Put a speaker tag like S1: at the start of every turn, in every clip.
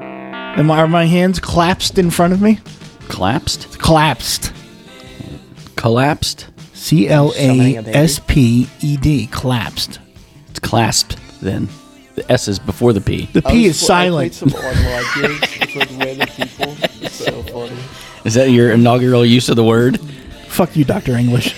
S1: Am I, are my hands collapsed in front of me?
S2: Collapsed?
S1: Collapsed.
S2: Collapsed?
S1: C L
S3: Summoning
S1: A
S3: a baby?
S1: S P E D. Collapsed.
S2: It's clasped then. The S is before the P.
S1: The
S3: I
S1: P
S3: was-
S1: is
S3: I
S1: silent.
S3: played some online games with random people. It's so funny.
S2: Is that your inaugural use of the word?
S1: Fuck you, Dr. English.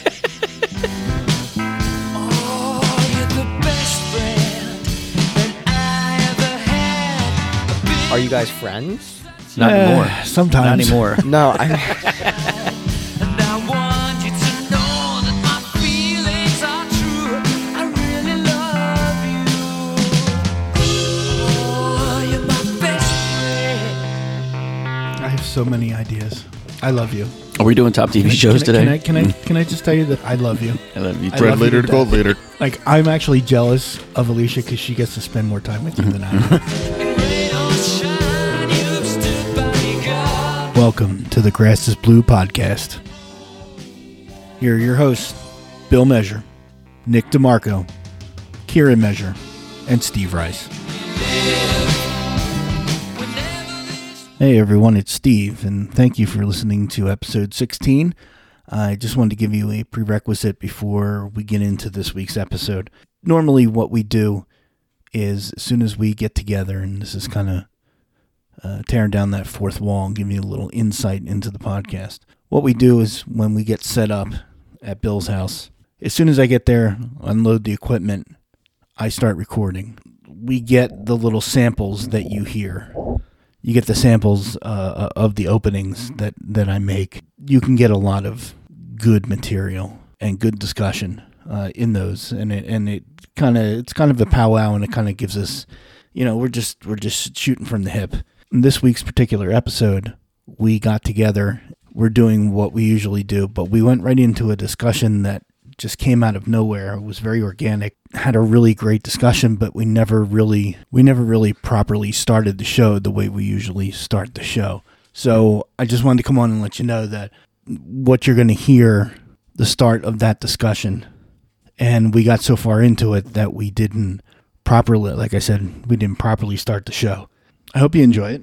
S3: Are you guys friends?
S2: Not anymore.
S1: Uh, sometimes.
S2: Not anymore.
S3: No, I'm.
S4: Oh,
S1: I have so many ideas. I love you.
S2: Are we doing top TV shows
S1: can I,
S2: today? Mm.
S1: can I can I can I just tell you that I love you.
S2: I love you.
S1: I
S2: too.
S1: love
S4: Red leader
S1: you
S4: to
S1: to
S4: gold
S1: death.
S4: leader.
S1: Like I'm actually jealous of Alicia because she gets to spend more time with you
S2: Mm-hmm.
S1: than I. do. Welcome to the Grass Is Blue podcast. Here are your hosts, Bill Measure, Nick DeMarco, Kieran Measure, and Steve Rice. Hey everyone, it's Steve, and thank you for listening to episode 16. I just wanted to give you a prerequisite before we get into this week's episode. Normally, what we do is as soon as we get together, and this is kind of uh, tearing down that fourth wall and giving you a little insight into the podcast. What we do is when we get set up at Bill's house, as soon as I get there, unload the equipment, I start recording. We get the little samples that you hear. You get the samples uh, of the openings that, that I make. You can get a lot of good material and good discussion uh, in those, and it and it kind of it's kind of a powwow, and it kind of gives us, you know, we're just we're just shooting from the hip. In this week's particular episode, we got together. We're doing what we usually do, but we went right into a discussion that just came out of nowhere. It was very organic. Had a really great discussion, but we never really we never really properly started the show the way we usually start the show. So I just wanted to come on and let you know that what you're going to hear the start of that discussion. And we got so far into it that we didn't properly, like I said, we didn't properly start the show. I hope you enjoy it.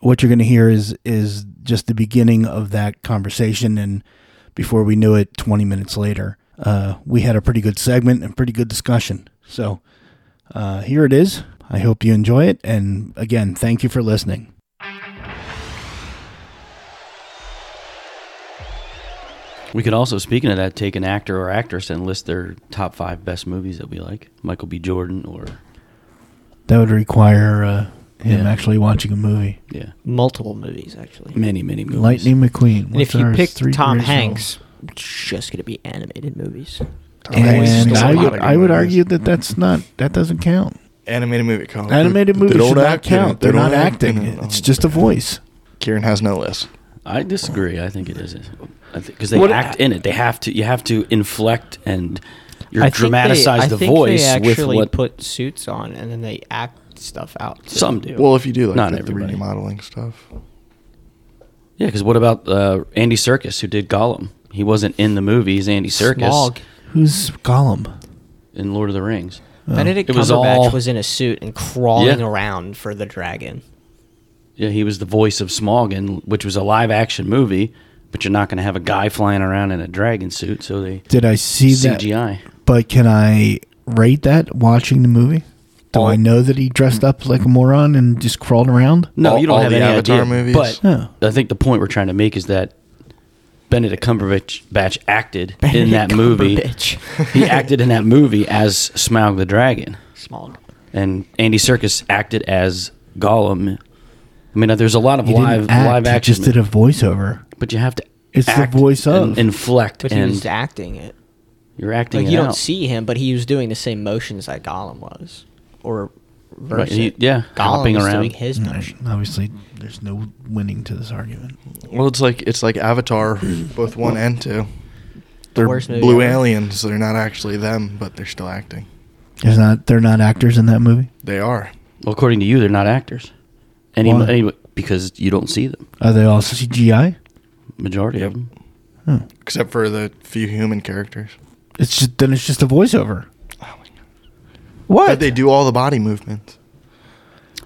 S1: What you're going to hear is is just the beginning of that conversation, and before we knew it, 20 minutes later, uh, we had a pretty good segment and pretty good discussion. So uh, here it is. I hope you enjoy it, and again, thank you for listening.
S2: We could also, speaking of that, take an actor or actress and list their top five best movies that we like. Michael B. Jordan or
S1: That would require uh, him
S2: Yeah.
S1: actually watching a movie.
S2: yeah,
S3: Multiple movies, actually.
S2: many many movies.
S1: Lightning McQueen.
S3: And if
S1: what's
S3: you
S1: ours?
S3: pick
S1: Three
S3: Tom
S1: Years Old.
S3: Hanks, it's just going to be animated movies.
S1: And
S3: Just a
S1: I
S3: lot
S1: would,
S3: of
S1: I would
S5: movies.
S1: argue that that's not that doesn't count.
S5: Animated movie called
S1: Animated
S4: they
S1: movies
S4: don't
S1: should not
S4: act in it.
S1: count.
S4: They
S1: They're
S4: don't
S1: not
S4: act in
S1: acting.
S4: it.
S1: It's just a voice.
S5: Kieran has no list.
S2: I disagree. I think it is because they
S3: What-
S2: act in it. They have to. You have to inflect and you're
S3: I think they-
S2: dramatize
S3: I
S2: the
S3: think they
S2: voice with
S3: actually
S2: what
S3: put suits on and then they act stuff out. too.
S2: some do.
S5: Well, if you do like
S2: Not
S5: the 3D
S2: everybody.
S5: modeling stuff,
S2: Yeah, because what about uh, Andy Circus who did Gollum? He wasn't in the movies. Andy Circus
S3: Smog.
S1: Who's Gollum?
S2: in Lord of the Rings.
S3: Benedict
S2: Oh. It was
S3: Cumberbatch
S2: all-
S3: was in a suit and crawling
S2: Yeah.
S3: around for the dragon.
S2: Yeah, he was the voice of Smog, in, which was a live action movie. But you're not going to have a guy flying around in a dragon suit, so they
S1: Did I see that?
S2: CGI.
S1: But can I rate that watching the movie? Do I know that he dressed up like a moron and just crawled around?
S2: No,
S5: All-
S2: you don't
S5: all
S2: have
S5: the
S2: any
S5: Avatar
S2: idea.
S5: movies?
S2: But
S1: No.
S2: I think the point we're trying to make is that Benedict Cumberbatch batch acted in
S3: Benedict
S2: that movie.
S3: Cumberbatch.
S2: he acted in that movie as Smaug the dragon,
S3: Smog.
S2: and Andy Circus acted as Gollum. I mean, uh, there's a lot of
S1: He
S2: live
S1: didn't act.
S2: live
S1: he
S2: action.
S1: just did a voiceover.
S2: But you have to.
S1: It's the voice
S2: and
S1: of.
S2: inflect,
S3: But he
S2: and
S3: was acting it.
S2: you're acting.
S3: Like
S2: it
S3: you don't
S2: out.
S3: see him, but he was doing the same motions that Gollum was, or
S2: Right,
S3: versus
S2: he- yeah,
S3: Gollum
S2: hopping
S3: was
S2: around.
S3: doing his
S1: Mm.
S3: motion.
S1: Obviously, there's no winning to this argument.
S5: well, it's like it's like Avatar, both one and two. They're
S3: Worst movie
S5: blue
S3: ever.
S5: aliens. They're not actually them, but they're still acting.
S1: There's not. They're not actors in that movie.
S5: They are.
S2: Well, according to you, they're not actors. Any,
S1: Why?
S2: any- because you don't see them.
S1: Are they all CGI?
S2: Majority of
S5: Yep.
S2: them.
S1: Huh.
S5: Except for the few human characters.
S1: It's just then it's just a voiceover.
S5: What? But they do all the body movements.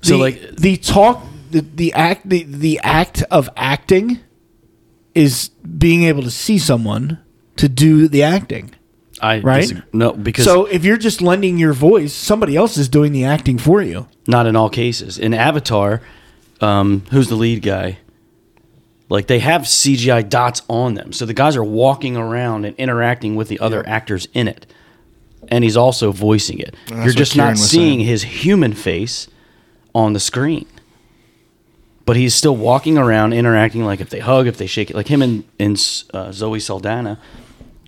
S2: So
S1: the,
S2: like
S1: the talk the, the act the, the act of acting is being able to see someone to do the acting.
S2: I
S1: Right?
S2: disagree. no because
S1: So if you're just lending your voice, somebody else is doing the acting for you.
S2: not in all cases. In Avatar, um, who's the lead guy? Like they have CGI dots on them, so the guys are walking around and interacting with the other actors in it, and he's also voicing it. You're
S5: what
S2: just
S5: Kieran
S2: not
S5: was
S2: seeing
S5: saying.
S2: his human face on the screen, but he's still walking around interacting. Like if they hug, if they shake it, like him and and uh, Zoe Saldana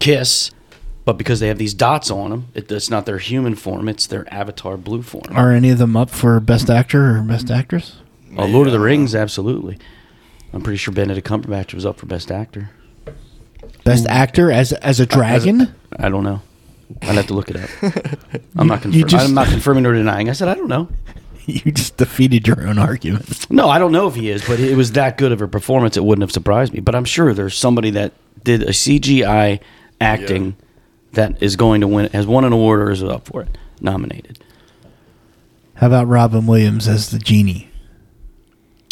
S2: kiss. But because they have these dots on them, it, it's not their human form; it's their avatar blue form.
S1: Are any of them up for best actor or best actress?
S2: Oh, Lord of the Rings, absolutely. I'm pretty sure Benedict Cumberbatch was up for Best Actor.
S1: Best actor as as a dragon?
S2: I don't know. I'd have to look it up. I'm not
S1: You
S2: confirming.
S1: just-
S2: I'm not confirming or denying. I said I don't know.
S1: you just defeated your own argument.
S2: No, I don't know if he is, but it was that good of a performance. It wouldn't have surprised me. But I'm sure there's somebody that did a CGI acting that is going to win. Has won an award or is up for it. Nominated.
S1: How about Robin Williams as the genie?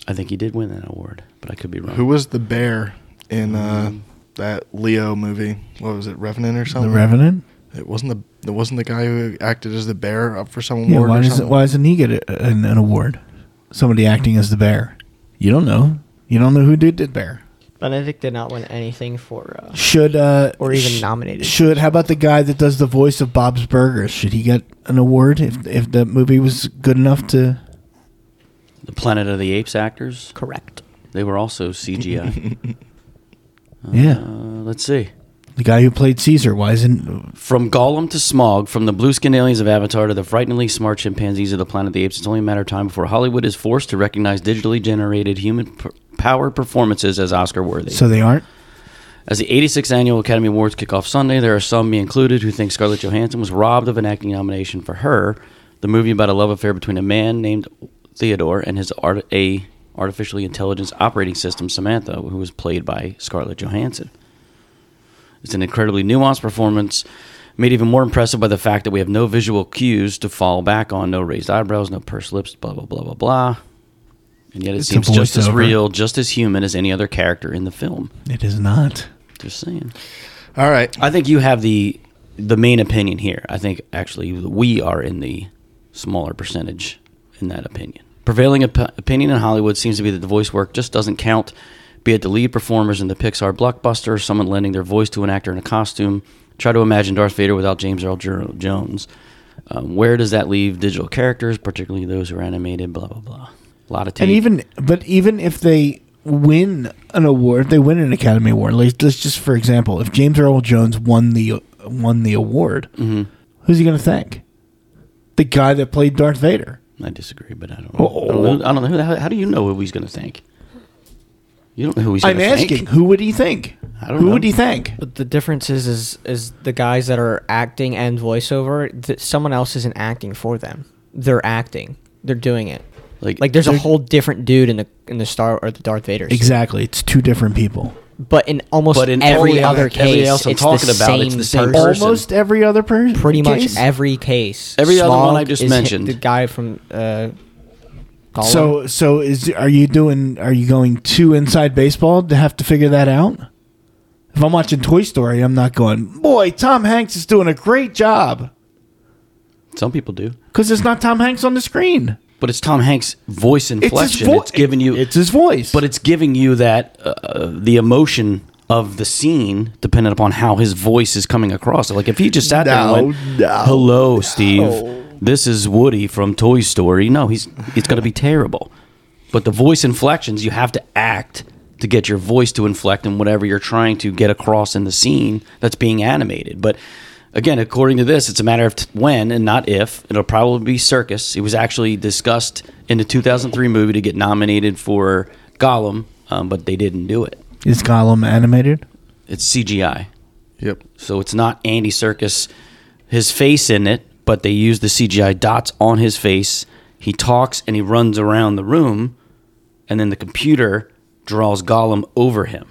S2: I think he did win that award, but I could be wrong.
S5: Who was the bear in uh, that Leo movie? What was it, Revenant or
S1: The
S5: something?
S1: Revenant?
S5: It wasn't the it wasn't the guy who acted as the bear up for some award.
S1: Yeah, why,
S5: or
S1: does
S5: something?
S1: why doesn't he get a, an, an award? Somebody acting as the bear. You don't know. You don't know who did the bear.
S3: Benedict did not win anything for. Uh,
S1: Should uh
S3: Or even
S1: sh-
S3: nominated.
S1: Should how about the guy that does the voice of Bob's Burgers? Should he get an award if if that movie was good enough to?
S2: the Planet of the Apes actors.
S3: correct.
S2: They were also CGI. Uh,
S1: Yeah,
S2: let's see.
S1: the guy who played Caesar. Why isn't
S2: From Gollum to Smog, from the blue skinned aliens of Avatar to the frighteningly smart chimpanzees of the planet of the apes, it's only a matter of time before Hollywood is forced to recognize digitally generated human p- powered performances as Oscar worthy.
S1: so they aren't?
S2: as the 86th Annual Academy Awards kick off Sunday, there are some, me included, who think Scarlett Johansson was robbed of an acting nomination for her, the movie about a love affair between a man named Theodore and his art- a artificially intelligence operating system, Samantha, who was played by Scarlett Johansson. It's an incredibly nuanced performance, made even more impressive by the fact that we have no visual cues to fall back on, no raised eyebrows, no pursed lips, blah blah blah blah blah. And yet it
S1: It's a
S2: seems just as
S1: voiceover.
S2: real, just as human as any other character in the film.
S1: It is not.
S2: Just saying.
S5: All right,
S2: I think you have the the main opinion here. I think actually we are in the smaller percentage in that opinion. Prevailing op- opinion in Hollywood seems to be that the voice work just doesn't count. Be it the lead performers in the Pixar blockbuster, someone lending their voice to an actor in a costume. Try to imagine Darth Vader without James Earl Jor- Jones. Um, where does that leave digital characters, particularly those who are animated? Blah blah blah. A lot of tape.
S1: And even but even if they win an award, they win an Academy Award. Like let's just for example, if James Earl Jones won the won the award,
S2: Mm-hmm.
S1: who's he going to thank? The guy that played Darth Vader.
S2: I disagree, but I don't
S1: Oh,
S2: know. I don't know, I don't know. How, how do you know who he's going to thank? You don't know who he's going
S1: I'm
S2: to thank.
S1: asking, who would he thank?
S2: I don't
S1: who
S2: know.
S1: would he thank?
S3: But the difference is, is, is the guys that are acting and voiceover, th- someone else isn't acting for them. They're acting. They're doing it.
S2: Like,
S3: Like there's a
S2: They're-
S3: whole different dude in the in the Star or the Darth Vader. suit.
S1: Exactly, it's two different people.
S3: But in almost
S2: But in
S3: every,
S2: every
S3: other
S2: other- every
S3: case,
S2: else I'm
S3: it's,
S2: talking
S3: the
S2: about,
S3: same
S2: it's the same
S3: person.
S2: person.
S1: Almost every other person,
S3: Pretty much every case.
S2: Every other one
S3: Smaug
S2: I just
S3: is hi-
S2: mentioned.
S3: The guy from uh, Gollum.
S1: So, so is are you doing? Are you going too inside baseball to have to figure that out? If I'm watching Toy Story, I'm not going. Boy, Tom Hanks is doing a great job
S2: some people do.
S1: because it's not Tom Hanks on the screen.
S2: But it's Tom Hanks' voice
S1: It's his
S2: inflection. It's,
S1: voice.
S2: giving you,
S1: It's his voice.
S2: but it's giving you that uh, uh, the emotion of the scene, dependent upon how his voice is coming across. Like if he just sat there and
S5: No,
S2: went,
S5: no,
S2: "Hello, Steve, this is Woody from Toy Story." No, he's it's going to be terrible. But the voice inflections, you have to act to get your voice to inflect in whatever you're trying to get across in the scene that's being animated. But again, according to this, it's a matter of t- when and not if. It'll probably be circus. It was actually discussed in the 2003 movie to get nominated for Gollum, um, but they didn't do it.
S1: is Gollum animated?
S2: It's CGI.
S5: yep.
S2: So it's not Andy Circus, his face in it, but they use the CGI dots on his face. He talks and he runs around the room, and then the computer draws Gollum over him.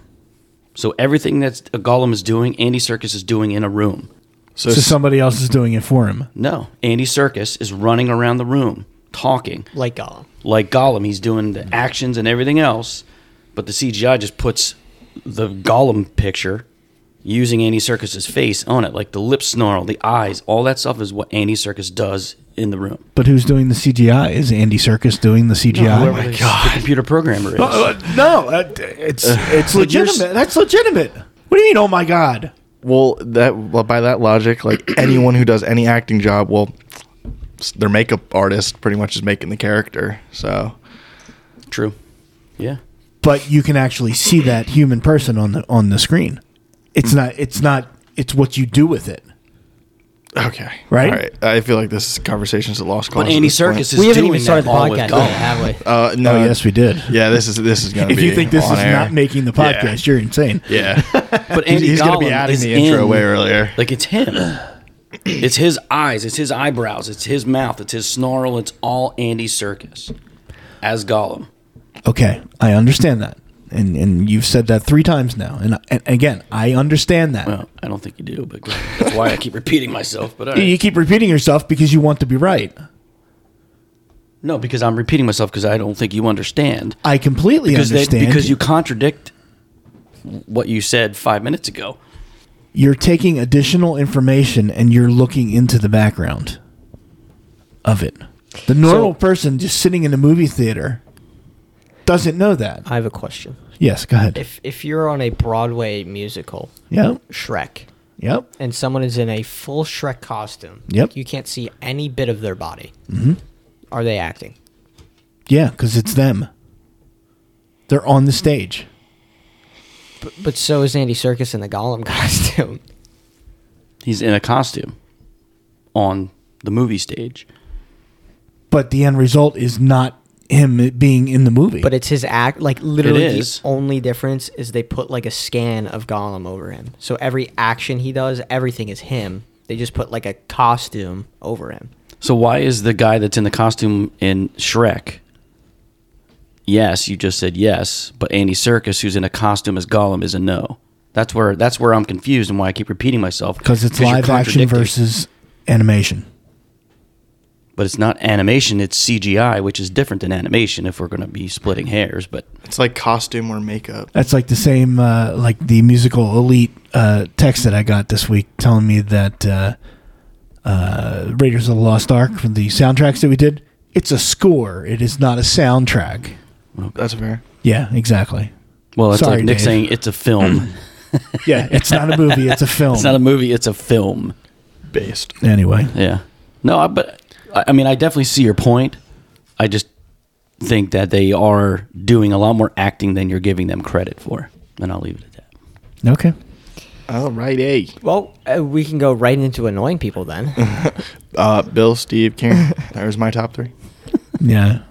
S2: So everything that Gollum is doing, Andy Circus is doing in a room.
S5: So,
S1: So somebody else is doing it for him.
S2: No, Andy Circus is running around the room. talking.
S3: like Gollum.
S2: Like Gollum, he's doing
S5: Mm-hmm.
S2: the actions and everything else, but the CGI just puts the Gollum picture using Andy Circus's face on it, like the lip snarl, the eyes, all that stuff is what Andy Circus does in the room.
S1: But who's doing the CGI? Is Andy Circus doing the
S5: Oh
S1: CGI?
S2: Whoever the- the computer programmer is.
S1: Oh Uh, uh, no, uh, it's it's
S2: But you're s-
S1: legitimate. That's legitimate. What do you mean? Oh my god!
S5: Well, that well, by that logic, like anyone who does any acting job, well, s- their makeup artist pretty much is making the character. So
S2: True. Yeah.
S1: But you can actually see that human person on the on the screen. It's not. It's not. It's what you do with it.
S5: okay,
S1: Right?
S5: All right. I feel like this is conversations at lost cause.
S2: But
S5: at
S2: Andy
S5: this point.
S2: Circus is
S3: We haven't
S2: doing
S3: even started
S2: that
S3: the
S2: all with
S3: podcast, yet,
S2: Gollum.
S3: have we?
S5: Uh, no,
S1: oh yes, we did.
S5: Yeah, this is this is gonna.
S1: If
S5: be
S1: you think this
S5: on
S1: is
S5: air.
S1: not making the podcast, you're insane.
S5: yeah,
S2: But
S5: he's,
S2: Andy
S5: he's gonna be
S2: Gollum
S5: adding
S2: is
S5: the intro
S2: in-
S5: way earlier.
S2: Like it's him. it's his eyes. It's his eyebrows. It's his mouth. It's his snarl. It's all Andy Circus as Gollum.
S1: Okay, I understand that, and and you've said that three times now, and, and again, I understand that.
S2: Well, I don't think you do, but that's why I keep repeating myself. But all
S1: You
S2: right.
S1: keep repeating yourself because you want to be right.
S2: no, because I'm repeating myself because I don't think you understand.
S1: I completely
S2: Because they,
S1: understand
S2: because you contradict what you said five minutes ago.
S1: you're taking additional information and you're looking into the background of it. The normal
S3: So-
S1: person just sitting in a movie theater doesn't know that.
S3: I have a question.
S1: Yes, go ahead.
S3: If if you're on a Broadway musical,
S1: Yep,
S3: Shrek,
S1: yep.
S3: and someone is in a full Shrek costume,
S1: Yep.
S3: you can't see any bit of their body. Are they acting?
S1: Yeah, because it's them. They're on the stage.
S3: But, but so is Andy Circus in the Gollum costume.
S2: He's in a costume on the movie stage.
S1: But the end result is not him being in the movie.
S3: But it's his act. Like literally,
S2: is.
S3: the only difference is they put like a scan of Gollum over him. So every action he does, everything is him. They just put like a costume over him.
S2: So why is the guy that's in the costume in Shrek? Yes, you just said yes, but Andy Circus, who's in a costume as Gollum, is a no. That's where that's where I'm confused and why I keep repeating myself.
S1: because it's
S2: you're
S1: live action
S2: contradicting.
S1: versus animation.
S2: But it's not animation; it's CGI, which is different than animation. If we're going to be splitting hairs, but
S5: It's like costume or makeup.
S1: That's like the same, uh, like the musical elite uh, text that I got this week telling me that uh, uh, Raiders of the Lost Ark from the soundtracks that we did. It's a score. It is not a soundtrack.
S5: That's fair.
S1: Yeah, exactly.
S2: well, it's
S1: Sorry,
S2: like Nick
S1: Dave.
S2: saying it's a film.
S1: Yeah, it's not a movie. It's a film.
S2: it's not a movie; it's a film.
S5: Based.
S1: anyway.
S2: Yeah. No, I, but I I mean, I definitely see your point. I just think that they are doing a lot more acting than you're giving them credit for, and I'll leave it at that.
S1: Okay.
S5: All right, hey.
S3: Well, uh, we can go right into annoying people then.
S5: Uh, Bill, Steve, Karen. There's my top three.
S1: Yeah.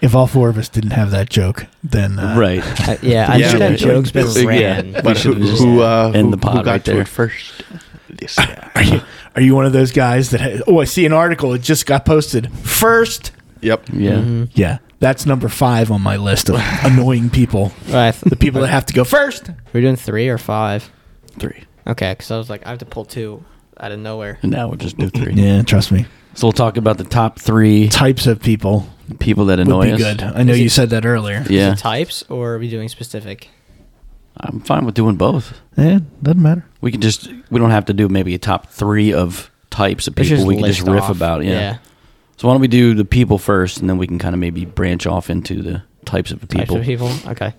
S1: if all four of us didn't have that joke, then uh,
S2: Right.
S3: Uh, yeah, I
S5: Yeah,
S3: think
S5: we
S3: that
S5: should.
S3: joke's been
S5: Yeah.
S3: ran.
S2: We
S5: But who,
S2: should've just
S5: who, uh,
S2: end
S5: who,
S2: the pod
S5: who got
S2: right
S5: to
S2: there.
S5: it first? This guy.
S1: Are you are you one of those guys that ha- oh I see an article it just got posted first?
S5: Yep.
S2: Yeah.
S1: Yeah, that's number five on my list of annoying people.
S3: Right,
S1: The people that have to go first.
S3: we're doing three or five.
S2: Three.
S3: Okay, because I was like, I have to pull two out of nowhere.
S2: And now we'll just do three.
S1: Yeah, trust me.
S2: So we'll talk about the top three
S1: Types of people
S2: people that
S1: would
S2: annoy
S1: be
S2: us.
S1: good. I know
S3: Is
S1: you
S3: it-
S1: said that earlier.
S2: Yeah.
S3: Is it types, or are we doing specific?
S2: I'm fine with doing both.
S1: Yeah, doesn't matter.
S2: We can just we don't have to do maybe a top three of types of
S3: Let's
S2: people. We can just
S3: list
S2: riff
S3: off.
S2: about. yeah. So why don't we do the people first, and then we can kind of maybe branch off into the types of people.
S3: Types of people. Okay.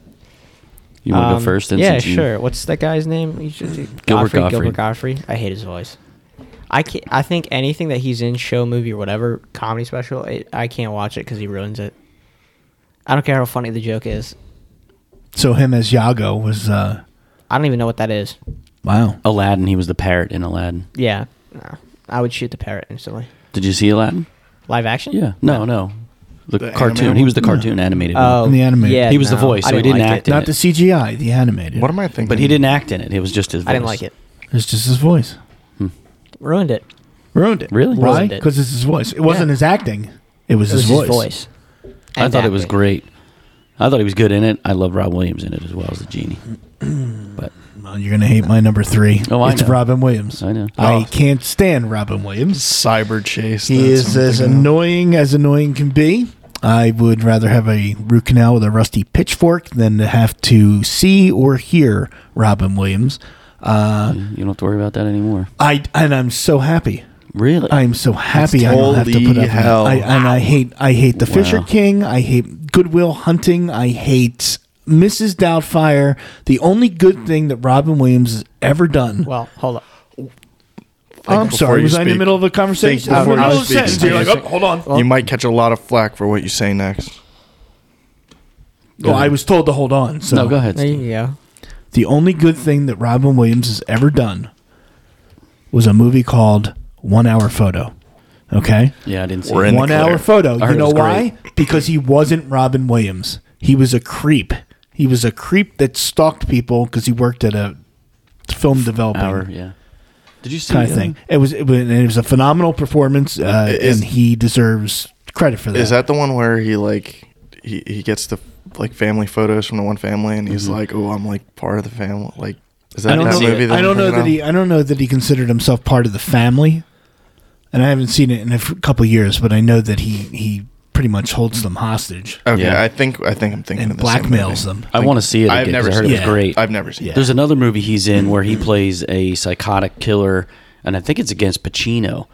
S2: You want to
S3: Um,
S2: go first? then,
S3: Yeah,
S2: since you-
S3: sure. What's that guy's name? You should-
S2: Gilbert
S3: Gottfried,
S2: Gottfried.
S3: Gilbert Godfrey. I hate his voice. I can't, I think anything that he's in, show, movie, or whatever, comedy special, it, I can't watch it because he ruins it. I don't care how funny the joke is.
S1: So him as Yago was uh
S3: I don't even know what that is.
S1: wow.
S2: Aladdin. He was the parrot in Aladdin.
S3: Yeah. No. I would shoot the parrot instantly.
S2: Did you see Aladdin?
S3: Live action?
S2: Yeah. No, no. The,
S5: The
S2: cartoon.
S5: animated
S2: He was the
S1: one?
S2: cartoon animated.
S3: Oh,
S1: In the animated.
S3: Yeah,
S2: He was the
S3: no,
S2: voice,
S3: I
S2: so he didn't
S3: like
S2: act
S3: it.
S2: in
S1: Not
S2: it.
S1: the CGI, the animated.
S5: What am I thinking?
S2: But he didn't act in it. It was just his voice.
S3: I didn't like it.
S1: It's just his voice.
S3: Ruined it.
S1: Ruined it.
S2: Really?
S1: Why?
S3: Ruined it.
S1: Because it's his voice. It wasn't
S3: Yeah.
S1: his acting. It was,
S3: It was
S1: his, voice.
S3: his voice.
S2: I
S3: And
S2: thought it was
S3: acting.
S2: great. I thought he was good in it. I love Rob Williams in it as well as the genie. But
S1: Well, you're gonna hate my number three.
S2: Oh, I
S1: it's
S2: know.
S1: Robin Williams.
S2: I know.
S1: I
S5: Oh.
S1: can't stand Robin Williams.
S5: Cyber chase.
S1: He is
S5: that's what I'm
S1: as
S5: thinking of.
S1: annoying as annoying can be. I would rather have a root canal with a rusty pitchfork than to have to see or hear Robin Williams. Uh,
S2: you don't have to worry about that anymore.
S1: I and I'm so happy.
S2: Really?
S1: I'm so happy I don't have to put
S5: Holy
S1: up. with
S5: hell.
S1: it. I, and I hate I hate the Fisher
S2: Wow.
S1: King. I hate Goodwill Hunting. I hate Mrs. Doubtfire. The only good thing that Robin Williams has ever done.
S3: Well, hold up.
S5: Think
S1: I'm
S5: before
S1: sorry.
S5: you
S1: Was I in the
S5: speak.
S1: middle of a conversation?
S5: Think
S1: I was
S5: before
S1: in the
S5: you
S1: middle of a
S5: speak.
S1: sentence. You're like, oh, hold on.
S5: you might catch a lot of flack for what you say next.
S1: Well, I was told to hold on. So
S2: no, go ahead.
S3: There
S2: Steve.
S3: you go.
S1: The only good thing that Robin Williams has ever done was a movie called One Hour Photo. Okay?
S2: Yeah, I didn't see.
S5: We're
S2: it.
S5: in- the
S1: One Hour
S5: clear.
S1: Photo.
S2: heard
S1: You
S2: it
S1: know
S2: was great.
S1: why? Because he wasn't Robin Williams. He was a creep. He was a creep that stalked people because he worked at a film developing
S2: hour. Yeah. Did you see?
S1: kind
S2: uh,
S1: of thing. It was it was, and it was a phenomenal performance, uh,
S5: Is-
S1: and he deserves credit for that.
S5: Is that the one where he like he, he gets the like family photos from the one family and he's like, oh, I'm like part of the family. Like, is that
S1: I don't
S5: that
S1: know.
S5: movie?
S1: I don't
S5: we're
S1: know
S5: thinking
S1: that he.
S5: of?
S1: I don't know that he considered himself part of the family, and I haven't seen it in a f- couple of years. But I know that he he pretty much holds them hostage
S5: Okay,
S2: Yeah.
S5: I think I think I'm thinking
S1: and
S5: of the same
S1: blackmails
S5: movie.
S1: them.
S2: I want to see it.
S5: I've
S2: again, 'cause
S5: never
S2: I heard
S1: seen
S2: it was
S1: it.
S2: great.
S5: I've Mm-hmm. never seen.
S1: Yeah.
S5: it.
S2: There's another movie he's in where he plays a psychotic killer, and I think it's against Pacino,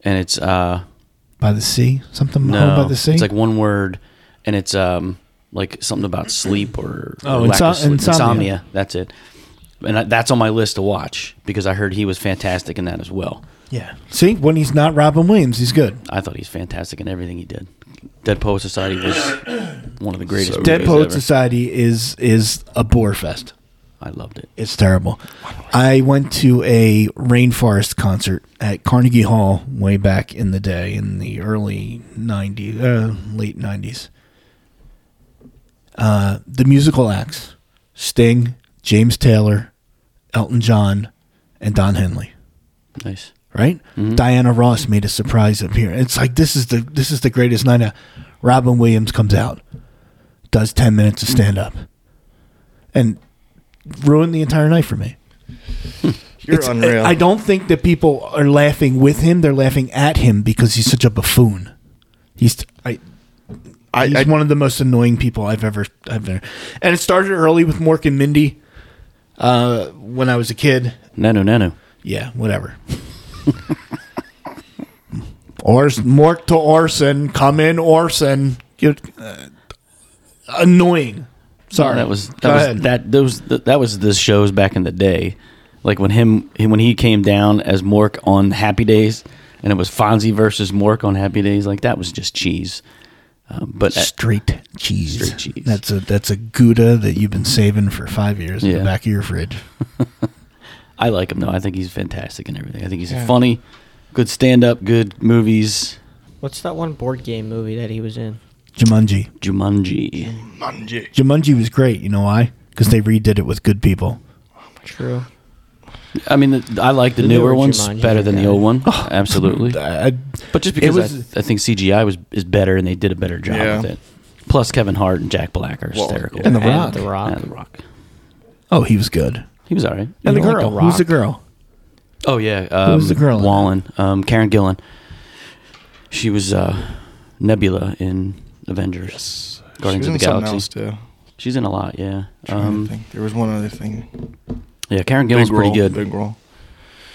S2: and it's uh
S1: by the sea, something
S2: no,
S1: home by the sea.
S2: it's like one word, and it's um like something about sleep or,
S1: Oh,
S2: or lack of
S1: insom-
S2: sleep.
S1: insomnia.
S2: That's it, and I, that's on my list to watch because I heard he was fantastic in that as well.
S1: yeah. See, when he's not Robin Williams, he's good.
S2: I thought he's fantastic in everything he did. Dead Poet Society was one of the greatest. movies
S1: Dead Poet
S2: ever.
S1: Society is is a bore fest.
S2: I loved it.
S1: It's terrible. I went to a rainforest concert at Carnegie Hall way back in the day in the early 90s, uh, late 90s. Uh, the musical acts Sting, James Taylor, Elton John, and Don Henley,
S2: Nice.
S1: right? Diana Ross made a surprise appearance. It's like this is the this is the greatest night. out. Robin Williams comes out, does 10 minutes of stand up. And ruined the entire night for me.
S5: You're
S1: It's-
S5: unreal.
S1: I don't think that people are laughing with him; they're laughing at him because he's such a buffoon. He's I,
S5: I,
S1: he's
S5: I,
S1: one of the most annoying people I've ever I've ever. And it started early with Mork and Mindy uh, when I was a kid.
S2: Nanu Nanu.
S1: Yeah, whatever. Ors Mork to Orson, come in Orson. Get, uh, annoying. Sorry,
S2: that was
S1: Go
S2: that
S1: ahead.
S2: was, that those th- that was the shows back in the day, like when him he- when he came down as Mork on Happy Days, and it was Fonzie versus Mork on Happy Days. Like that was just cheese. Um, but uh,
S1: straight cheese.
S2: Straight cheese.
S1: That's a that's a Gouda that you've been saving for five years in
S2: Yeah.
S1: the back of your fridge.
S2: I like him though. I think he's fantastic in everything. I think he's funny, good stand up, good movies.
S3: What's that one board game movie that he was in?
S1: Jumanji.
S2: Jumanji.
S5: Manji.
S1: Jumanji was great. You know why? Because they redid it with good people.
S3: True.
S2: I mean, the, I like the,
S3: The
S2: newer,
S3: newer
S2: ones
S3: Jumanji,
S2: better than the
S3: okay.
S2: old one. Absolutely.
S1: I, I-
S2: But just because
S1: was-
S2: I, I think CGI was is better and they did a better job
S5: Yeah.
S2: with it. Plus, Kevin Hart and Jack Black are
S5: Well,
S2: hysterical.
S1: and The
S3: And
S1: Rock.
S3: The Rock.
S2: Yeah, The Rock.
S1: oh, he was good.
S2: He was all right.
S1: And the
S3: don't like
S1: girl.
S3: The
S1: Who's the
S3: Rock?
S1: girl?
S2: Oh yeah, um,
S1: was the girl in
S2: Wallen, um, Karen Gillan. She was uh, Nebula in Avengers, Guardians of
S5: She
S2: the
S5: was in something
S2: Galaxy.
S5: else, too.
S2: She's in a lot. Yeah.
S5: Trying to
S2: Um,
S5: think. there was one other thing.
S2: yeah, Karen Gillan's
S5: Big
S2: pretty
S5: role,
S2: good.
S5: Big role.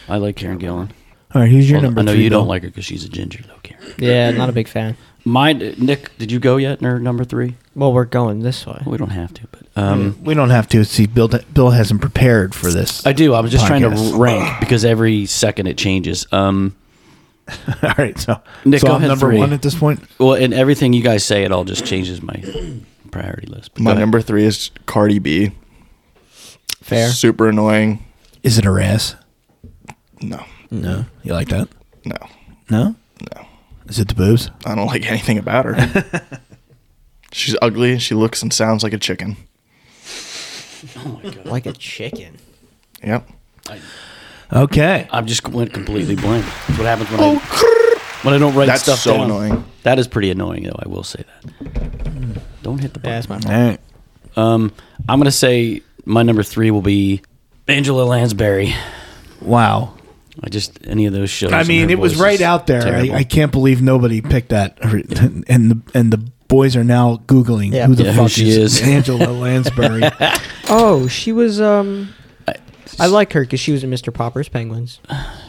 S2: I like Karen Gillan.
S1: All right, who's your
S2: Well,
S1: number?
S2: I know
S1: three,
S2: you
S1: Bill?
S2: don't like her because she's a ginger, though, Karen.
S3: Yeah, not a big fan.
S2: My Nick, did you go yet? Or number three?
S3: Well, we're going this way.
S2: Well, we don't have to, but um,
S1: We don't have to see. Bill. Bill hasn't prepared for this.
S2: I do. I was just trying
S1: Podcast.
S2: to rank because every second it changes. Um,
S1: all right, so
S2: Nick,
S1: so
S2: go
S1: I'm
S2: ahead,
S1: number
S2: three.
S1: one at this point.
S2: well, and everything you guys say, it all just changes my priority list. But
S5: My
S2: go ahead.
S5: number three is Cardi B.
S3: Fair.
S5: Super annoying.
S1: Is it a ass?
S5: No,
S2: Mm.
S1: No, you like that?
S5: no,
S1: No.
S5: no.
S1: Is it the boobs?
S5: I don't like anything about her. She's ugly. She looks and sounds like a chicken.
S3: Like a chicken.
S5: Yep.
S1: Okay.
S2: I just went completely blank. That's what happens when I when I don't write
S5: That's
S2: stuff
S5: so
S2: down.
S5: annoying.
S2: That is pretty annoying, though. I will say that. Don't hit the
S3: Yeah,
S2: button.
S3: that's my
S1: All right.
S2: Um, I'm gonna say my number three will be Angela Lansbury.
S1: Wow.
S2: I just any of those shows.
S1: I
S2: and
S1: mean,
S2: her
S1: it was
S2: voice
S1: right
S2: is
S1: out there. I,
S2: terrible.
S1: I can't believe nobody picked that. And the and the boys are now googling
S3: Yeah.
S1: who the
S2: Yeah, who
S1: fuck
S2: she
S1: is,
S2: is.
S1: Angela Lansbury.
S3: Oh, she was. Um, I, like her because she was in Mr. Popper's Penguins.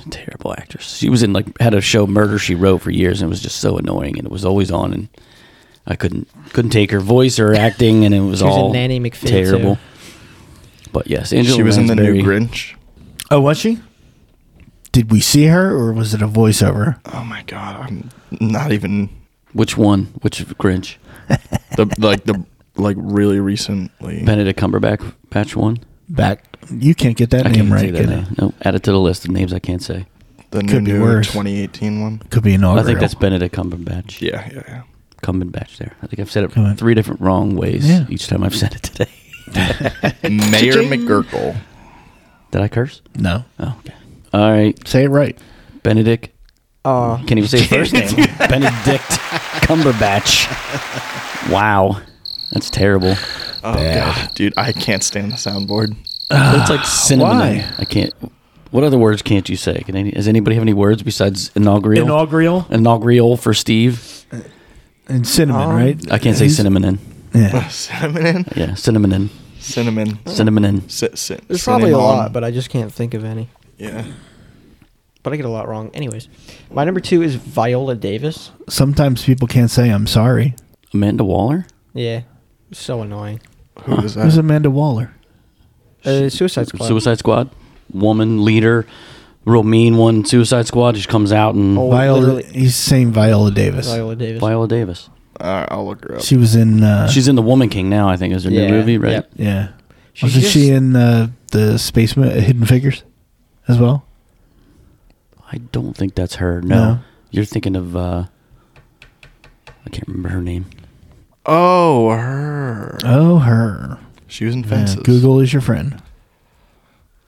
S2: terrible actress. She was in like had a show Murder She Wrote for years, and it was just so annoying, and it was always on, and I couldn't couldn't take her voice or acting, and it was
S3: She was in
S2: all
S3: Nanny McPhee, too.
S2: terrible. But yes, Angela
S5: she was in the
S2: Lansbury.
S5: new Grinch.
S1: oh, was she? Did we see her, or was it a voiceover?
S5: Oh my god, I'm not even
S2: Which one? Which Grinch?
S5: the like the like really recently.
S2: Benedict Cumberbatch batch one.
S1: Back, you can't get that
S2: I
S1: name
S2: can't
S1: right.
S2: say that
S1: can
S2: name.
S1: you?
S2: No, add it to the list of names I can't say.
S5: the new,
S1: could be
S5: new
S1: worse.
S5: 2018 one.
S1: Could be an
S2: I think that's Benedict Cumberbatch.
S5: Yeah, yeah, yeah.
S2: Cumberbatch there. I think I've said it
S1: Come on.
S2: three different wrong ways
S1: Yeah.
S2: each time I've said it today.
S5: Mayor McGurkle.
S2: Did I curse?
S1: no.
S2: Oh, okay. All right.
S1: Say it right.
S2: Benedict.
S3: Oh,
S2: Can't even say his first name. Benedict Cumberbatch. Wow. That's terrible.
S5: Oh god, dude, I can't stand the soundboard.
S2: That's like cinnamon.
S1: why?
S2: I can't. What other words can't you say? Can any, does anybody have any words besides inaugural?
S1: Inaugural
S2: inaugural for Steve.
S1: and cinnamon,
S3: Um,
S1: right?
S2: I can't say
S1: He's-
S2: cinnamon in.
S1: Yeah.
S5: cinnamon, in?
S2: Yeah, cinnamon in.
S5: cinnamon,
S2: Cinnamon in.
S5: C- c-
S3: there's probably a
S5: cinnamon.
S3: lot, but I just can't think of any.
S5: yeah,
S3: But I get a lot wrong. Anyways, my number two is Viola Davis.
S1: Sometimes people can't say "I'm sorry."
S2: Amanda Waller?
S3: Yeah, so annoying.
S5: who was
S1: Who's
S5: that?
S1: Amanda Waller?
S3: Uh, Suicide Squad.
S2: Suicide Squad. Woman leader. Real mean one. Suicide Squad just comes out and
S3: Oh,
S1: Viola.
S3: literally-
S1: He's saying Viola Davis.
S3: Viola Davis.
S2: Viola Davis.
S5: Uh, I'll look her up.
S1: She was in. Uh,
S2: She's in The Woman King now, I think, is her
S3: Yeah,
S2: new movie, right?
S3: yep.
S1: Yeah.
S3: She
S1: Wasn't
S3: just-
S1: she in uh, the Space Mo- Hidden Figures as well?
S2: I don't think that's her. No.
S1: No.
S2: You're thinking of uh I can't remember her name.
S5: oh, her.
S1: Oh, her.
S5: She was in
S1: Yeah,
S5: Fences.
S1: Google is your friend.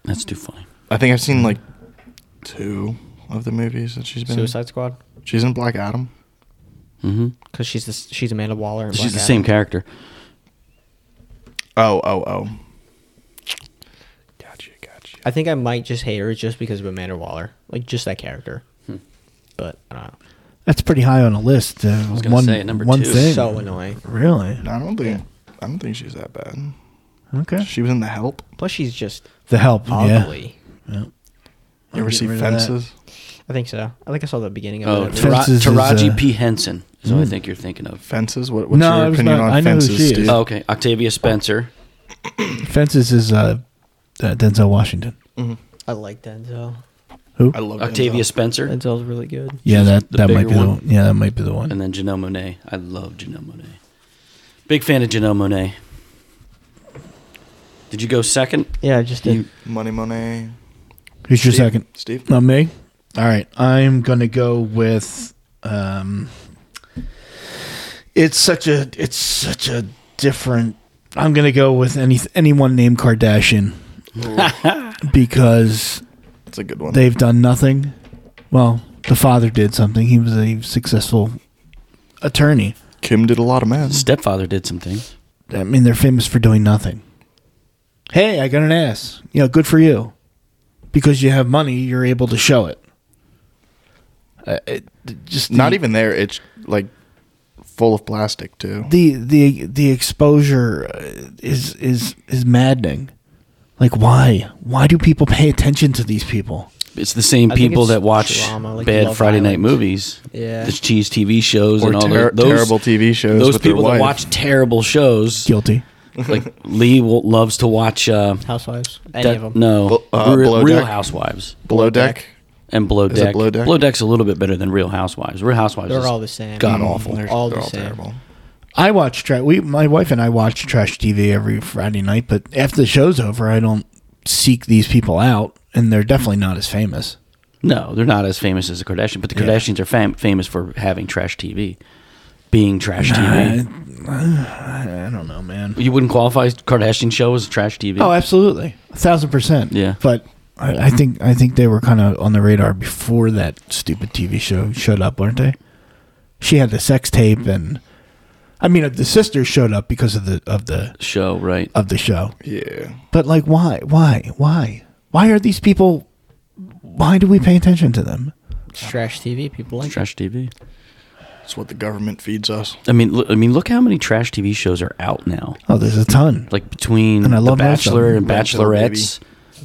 S2: That's too funny.
S5: I think I've seen like two of the movies that she's been. in.
S3: Suicide Squad.
S5: She's in Black Adam.
S2: Mm-hmm.
S3: Because she's the, she's Amanda Waller. And
S2: She's the same character.
S5: Oh, oh, oh. Gotcha, gotcha.
S3: I think I might just hate her just because of Amanda Waller, like just that character. But I don't know.
S1: That's pretty high on a list. Uh,
S2: gonna
S1: one,
S2: say, number
S1: one
S2: two.
S1: Thing.
S3: So annoying.
S1: really?
S5: No, I don't think. I don't think she's that bad.
S1: Okay.
S5: She was in The Help.
S3: Plus, she's just
S1: The help. Yeah.
S3: ugly.
S5: You ever
S1: get
S5: see
S1: rid of that.
S5: Fences?
S3: I think so. I think I saw the beginning
S2: Oh,
S3: of it.
S1: Tara-
S2: Tara-
S1: Fences is,
S2: Taraji
S1: uh,
S2: P. Henson is
S5: Hmm.
S2: what I think you're thinking of.
S5: Fences. What, what's
S1: No, I
S5: your
S1: was
S5: opinion
S1: not-
S5: on
S1: I know who
S5: Fences,
S1: she is.
S5: dude?
S2: Oh, okay. Octavia Spencer.
S1: Fences is uh, uh, Denzel Washington.
S3: I like Denzel.
S1: Who?
S5: I
S3: Oh,
S5: love
S2: Octavia Spencer.
S3: Denzel's really good.
S1: Yeah, that,
S2: the
S1: that might
S2: bigger
S1: be the
S2: one.
S1: one. Yeah, that might be the one.
S2: And then Janelle Monet. I love Janelle Monet. Big fan of Janelle Monet. Did you go second?
S3: Yeah, I just did.
S5: Money, Monet.
S1: Who's your
S5: Steve?
S1: second?
S5: Steve.
S1: Not me. All right, I'm gonna go with. Um, it's such a it's such a different. I'm gonna go with any anyone named Kardashian because
S5: That's a good one.
S1: they've done nothing. Well, the father did something. He was a successful attorney.
S5: Kim did a lot of math.
S2: Stepfather did some things.
S1: I mean, they're famous for doing nothing. Hey, I got an ass. You know, good for you. Because you have money, you're able to show it. Uh, it just the-
S5: Not even there. It's like full of plastic too.
S1: the the the exposure uh, is is is maddening. Like why? Why do people pay attention to these people?
S2: It's the same
S3: I think
S2: people
S3: it's
S2: that watch
S3: drama, like
S2: bad
S3: Love
S2: Friday night
S3: Island.
S2: movies,
S3: Yeah.
S2: the cheese TV shows,
S5: Or
S2: and all
S5: ter-
S2: those
S5: terrible TV shows
S2: Those
S5: with their
S2: people that
S5: wife.
S2: watch terrible shows,
S1: Guilty.
S2: like Lee will, loves to watch. Uh,
S3: Housewives. Any
S2: that-
S3: of them.
S2: No,
S5: Bl- uh,
S2: Re-
S5: Below
S2: Real
S5: Deck.
S2: Housewives
S5: Below deck.
S2: and Below
S5: Is it
S2: Deck.
S5: Below Deck?
S2: Deck's a little bit better than Real Housewives. Real Housewives
S3: They're
S2: is
S3: all the same.
S2: god
S5: Mm-hmm.
S3: Mm,
S2: awful.
S5: They're,
S3: All
S5: they're
S3: the
S5: all
S3: same.
S5: terrible.
S1: I watch trash. We, my wife and I watch trash TV every Friday night. But after the show's over, I don't seek these people out, and they're definitely not as famous.
S2: No, they're not as famous as the Kardashians, but the
S1: Yeah.
S2: Kardashians are fam- famous for having trash TV, being trash
S1: I,
S2: TV.
S1: I don't know, man.
S2: you wouldn't qualify Kardashian show as trash TV.
S1: Oh, absolutely, a thousand percent.
S2: Yeah.
S1: but I, I think I think they were kind of on the radar before that stupid TV show showed up, weren't they? She had the sex tape and I mean, the sisters showed up because of the of the
S2: show,
S5: Uh,
S2: right?
S1: of the show.
S5: Yeah.
S1: But like, why, why, why, why are these people? Why do we pay attention to them?
S3: It's trash TV. People like it.
S2: Trash TV.
S5: It's what the government feeds us.
S2: I mean, look, I mean, look how many trash TV shows are out now.
S1: Oh, there's a ton.
S2: Like between
S1: And I love
S2: The
S1: most of
S2: Bachelor
S1: them.
S2: and
S5: Renfield,
S2: Bachelorettes,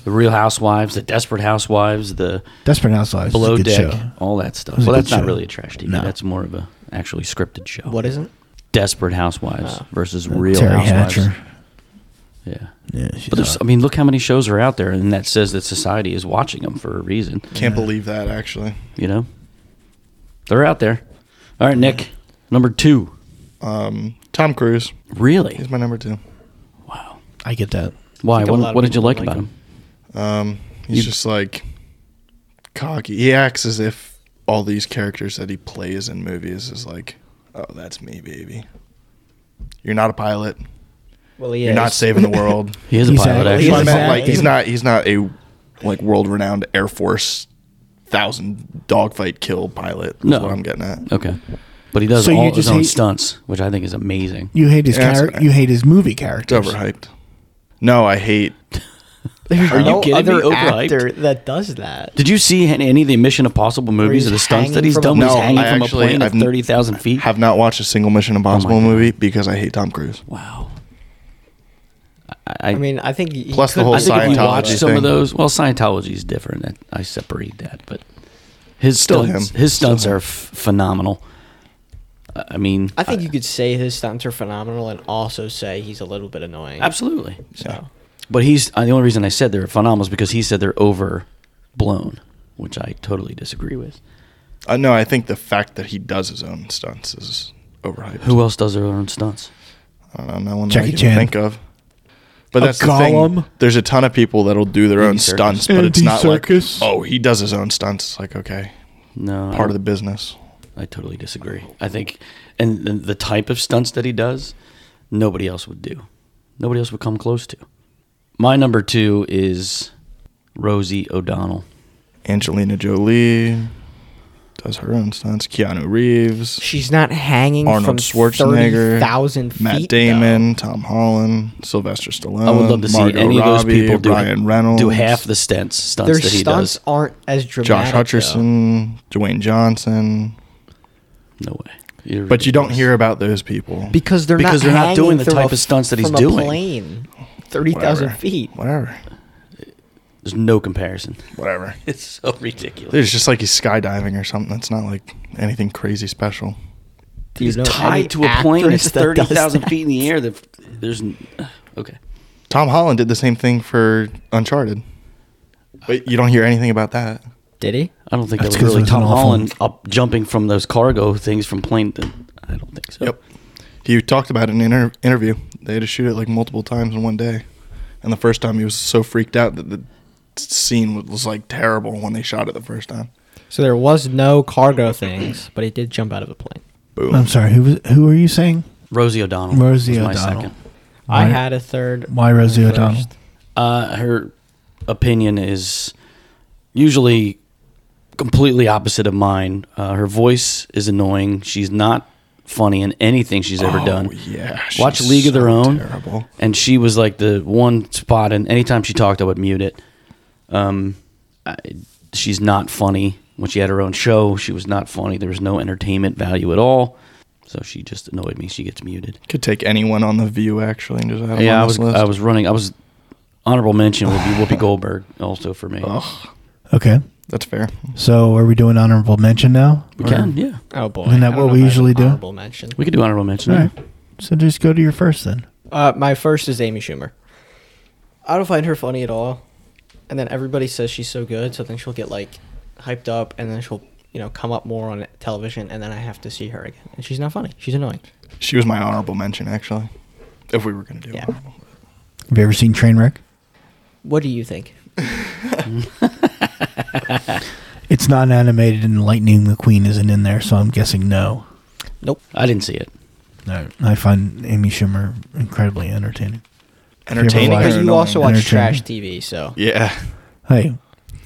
S2: The Real Housewives, The Desperate Housewives, The
S1: Desperate Housewives. is a
S2: Below
S1: good
S2: Deck,
S1: show.
S2: all that stuff.
S1: was a
S2: Well,
S1: good
S2: that's not
S1: show.
S2: really a trash TV.
S1: No.
S2: That's more of a actually scripted show.
S3: What isn't?
S2: Desperate Housewives
S3: Oh.
S2: versus Real
S1: Terry
S2: Housewives.
S1: Hatcher.
S2: Yeah.
S1: Yeah, she's
S2: But there's, I
S1: hot.
S2: mean, look how many shows are out there, and that says that society is watching them for a reason.
S5: Can't believe that actually.
S2: You know, they're out there. All right, Nick, number two.
S5: Um, Tom Cruise.
S2: Really?
S5: He's my number two.
S2: Wow.
S1: I get that.
S2: Why?
S3: think a lot
S2: What,
S3: of
S2: what did you
S3: people
S2: like,
S3: like
S2: about him?
S3: him.
S5: Um, he's
S2: You-
S5: just like cocky. He acts as if all these characters that he plays in movies is like, oh, that's me, baby. You're not a pilot.
S3: Well, he
S5: You're not saving the world.
S2: He is a
S1: He's
S2: pilot,
S1: a-
S5: he's,
S1: He's
S5: not,
S2: actually.
S1: a-
S5: like, he's
S1: acting.
S5: not. He's not a like world-renowned Air Force thousand dogfight kill pilot. Is
S2: No.
S5: what I'm getting at.
S2: Okay. But he does
S1: So you
S2: all his
S1: just
S2: own
S1: hate-
S2: stunts, which I think is amazing.
S1: You hate his
S5: Yeah, that's
S1: character.
S5: what I-
S1: You hate his movie
S5: It's
S1: characters.
S5: overhyped. No, I hate.
S3: There's
S2: Are you
S3: no
S2: kidding me?
S3: other
S2: Overhyped?
S3: actor that does that.
S2: Did you see any, any of the Mission Impossible movies
S3: he's
S2: or the stunts that
S3: hanging
S2: he's
S3: from
S2: done?
S3: a
S2: where he's
S5: plane?
S2: hanging
S5: No, I
S2: from
S5: actually-
S2: a plane at
S5: I've n-
S2: thirty thousand feet.
S5: Have not watched a single
S1: Oh
S5: Mission Impossible
S2: God.
S5: movie because I hate Tom Cruise.
S2: wow. I, I,
S3: I mean, I think he, he
S5: Plus the
S3: could-
S5: whole
S2: I think if you
S5: Scientology
S2: watch some
S5: thing.
S2: of those, well, Scientology is different. That, I separate that, but his
S5: Still
S2: stunts,
S5: him.
S2: his
S5: Still
S2: stunts
S5: him.
S2: are f- phenomenal. I I mean,
S3: I think you could say his stunts are phenomenal and also say he's a little bit annoying.
S2: absolutely.
S3: So
S2: But he's uh, the only reason I said they're phenomenal is because he said they're overblown, which I totally disagree with.
S5: Uh, no, I think the fact that he does his own stunts is overhyped.
S2: Who else does their own stunts?
S5: I don't know. No one that I
S1: Jackie
S5: can
S1: Chan.
S5: think of. But
S1: A
S5: that's the thing.
S1: Gollum?
S5: There's a ton of people that'll do their own
S2: Andy Serkis.
S5: stunts, but it's
S1: Andy
S5: not
S1: Serkis.
S5: like, oh, he does his own stunts. It's like, okay,
S2: No,
S5: part
S2: I,
S5: of the business.
S2: I totally disagree. I think, and the, the type of stunts that he does, nobody else would do. Nobody else would come close to. My number two is Rosie O'Donnell.
S5: Angelina Jolie does her own stunts. Keanu Reeves,
S3: she's not hanging
S5: Arnold
S3: from
S5: Schwarzenegger,
S3: thirty thousand feet.
S5: Matt
S3: though.
S5: Damon, Tom Holland, Sylvester Stallone.
S2: I would love to see
S5: Margot
S2: any of those
S5: Robbie,
S2: people do,
S5: Ryan Reynolds,
S2: do half the stunts stunts
S3: Their
S2: that he
S3: stunts
S2: does.
S3: aren't as
S5: Josh
S3: dramatic. though.
S5: Hutcherson, Dwayne Johnson.
S2: No way. You're
S5: But you don't
S2: ridiculous.
S5: hear about those people.
S3: because they're
S2: Because
S3: not
S2: they're not
S3: hanging
S2: doing the
S3: from
S2: type
S3: a-
S2: of stunts that he's
S3: from a
S2: doing.
S3: Plane, thirty thousand
S5: Whatever.
S3: feet.
S5: Whatever.
S2: There's no comparison.
S5: Whatever.
S2: It's so ridiculous.
S5: It's just like he's skydiving or something. That's not like anything crazy special.
S3: Do you
S2: He's
S3: know any
S2: tied to a plane
S3: actress
S2: that's
S3: that does
S2: thirty thousand
S3: that?
S2: feet in the air. That there's n- okay.
S5: Tom Holland did the same thing for Uncharted. But you don't hear anything about that.
S3: Did he?
S2: I don't think that
S1: That's
S2: was
S1: 'cause it
S2: really
S1: was
S2: Tom
S1: an awful-
S2: Holland up jumping from those cargo things from plane. To, I don't think so.
S5: He talked about it in an inter- interview. They had to shoot it like multiple times in one day. And the first time he was so freaked out that the scene was, was like terrible when they shot it the first time.
S3: So there was no cargo things, but he did jump out of a plane.
S5: Boom.
S1: I'm sorry. Who was, who are you saying?
S2: Rosie O'Donnell.
S1: Rosie
S2: was my
S1: O'Donnell.
S2: second.
S3: I
S1: Why-
S3: had a third.
S1: Why Rosie
S3: first.
S1: O'Donnell?
S2: Uh, her opinion is usually completely opposite of mine. Uh, her voice is annoying. She's not funny in anything she's ever
S5: Oh,
S2: done.
S5: Yeah.
S2: Watch
S5: she's
S2: League of Their
S5: so
S2: Own.
S5: Terrible.
S2: And she was like the one spot, and anytime she talked, I would mute it. Um, I, she's not funny. When she had her own show, she was not funny. There was no entertainment value at all. So she just annoyed me. She gets muted.
S5: Could take anyone on the view actually and just have him
S2: yeah,
S5: on
S2: I
S5: this
S2: was
S5: list.
S2: I was running. I was honorable mention would be Whoopi Goldberg also for me.
S5: Ugh,
S1: Okay.
S5: that's fair.
S1: So are we doing honorable mention now?
S2: we
S1: Or-
S2: can, yeah.
S3: Oh boy!
S1: Isn't that
S3: I don't
S1: what we
S3: know if I have
S1: usually
S3: an
S1: do?
S3: honorable mention.
S2: We could do honorable mention.
S1: All right. So just go to your first then.
S3: Uh, my first is Amy Schumer. I don't find her funny at all, and then everybody says she's so good, so then she'll get like hyped up, and then she'll you know come up more on television, and then I have to see her again, and she's not funny. She's annoying.
S5: She was my honorable mention, actually. If we were going to do
S3: Yeah.
S5: honorable.
S1: Have you ever seen Trainwreck?
S3: What do you think?
S1: It's not animated, and Lightning McQueen isn't in there, so I'm guessing no.
S3: Nope.
S2: I didn't see it.
S1: No, I find Amy Schumer incredibly entertaining. Favorite
S5: Entertaining. or
S1: liar.
S3: Because
S5: annoying?
S3: you also watch
S1: Entertaining.
S3: trash TV, so
S5: Yeah.
S1: Hey,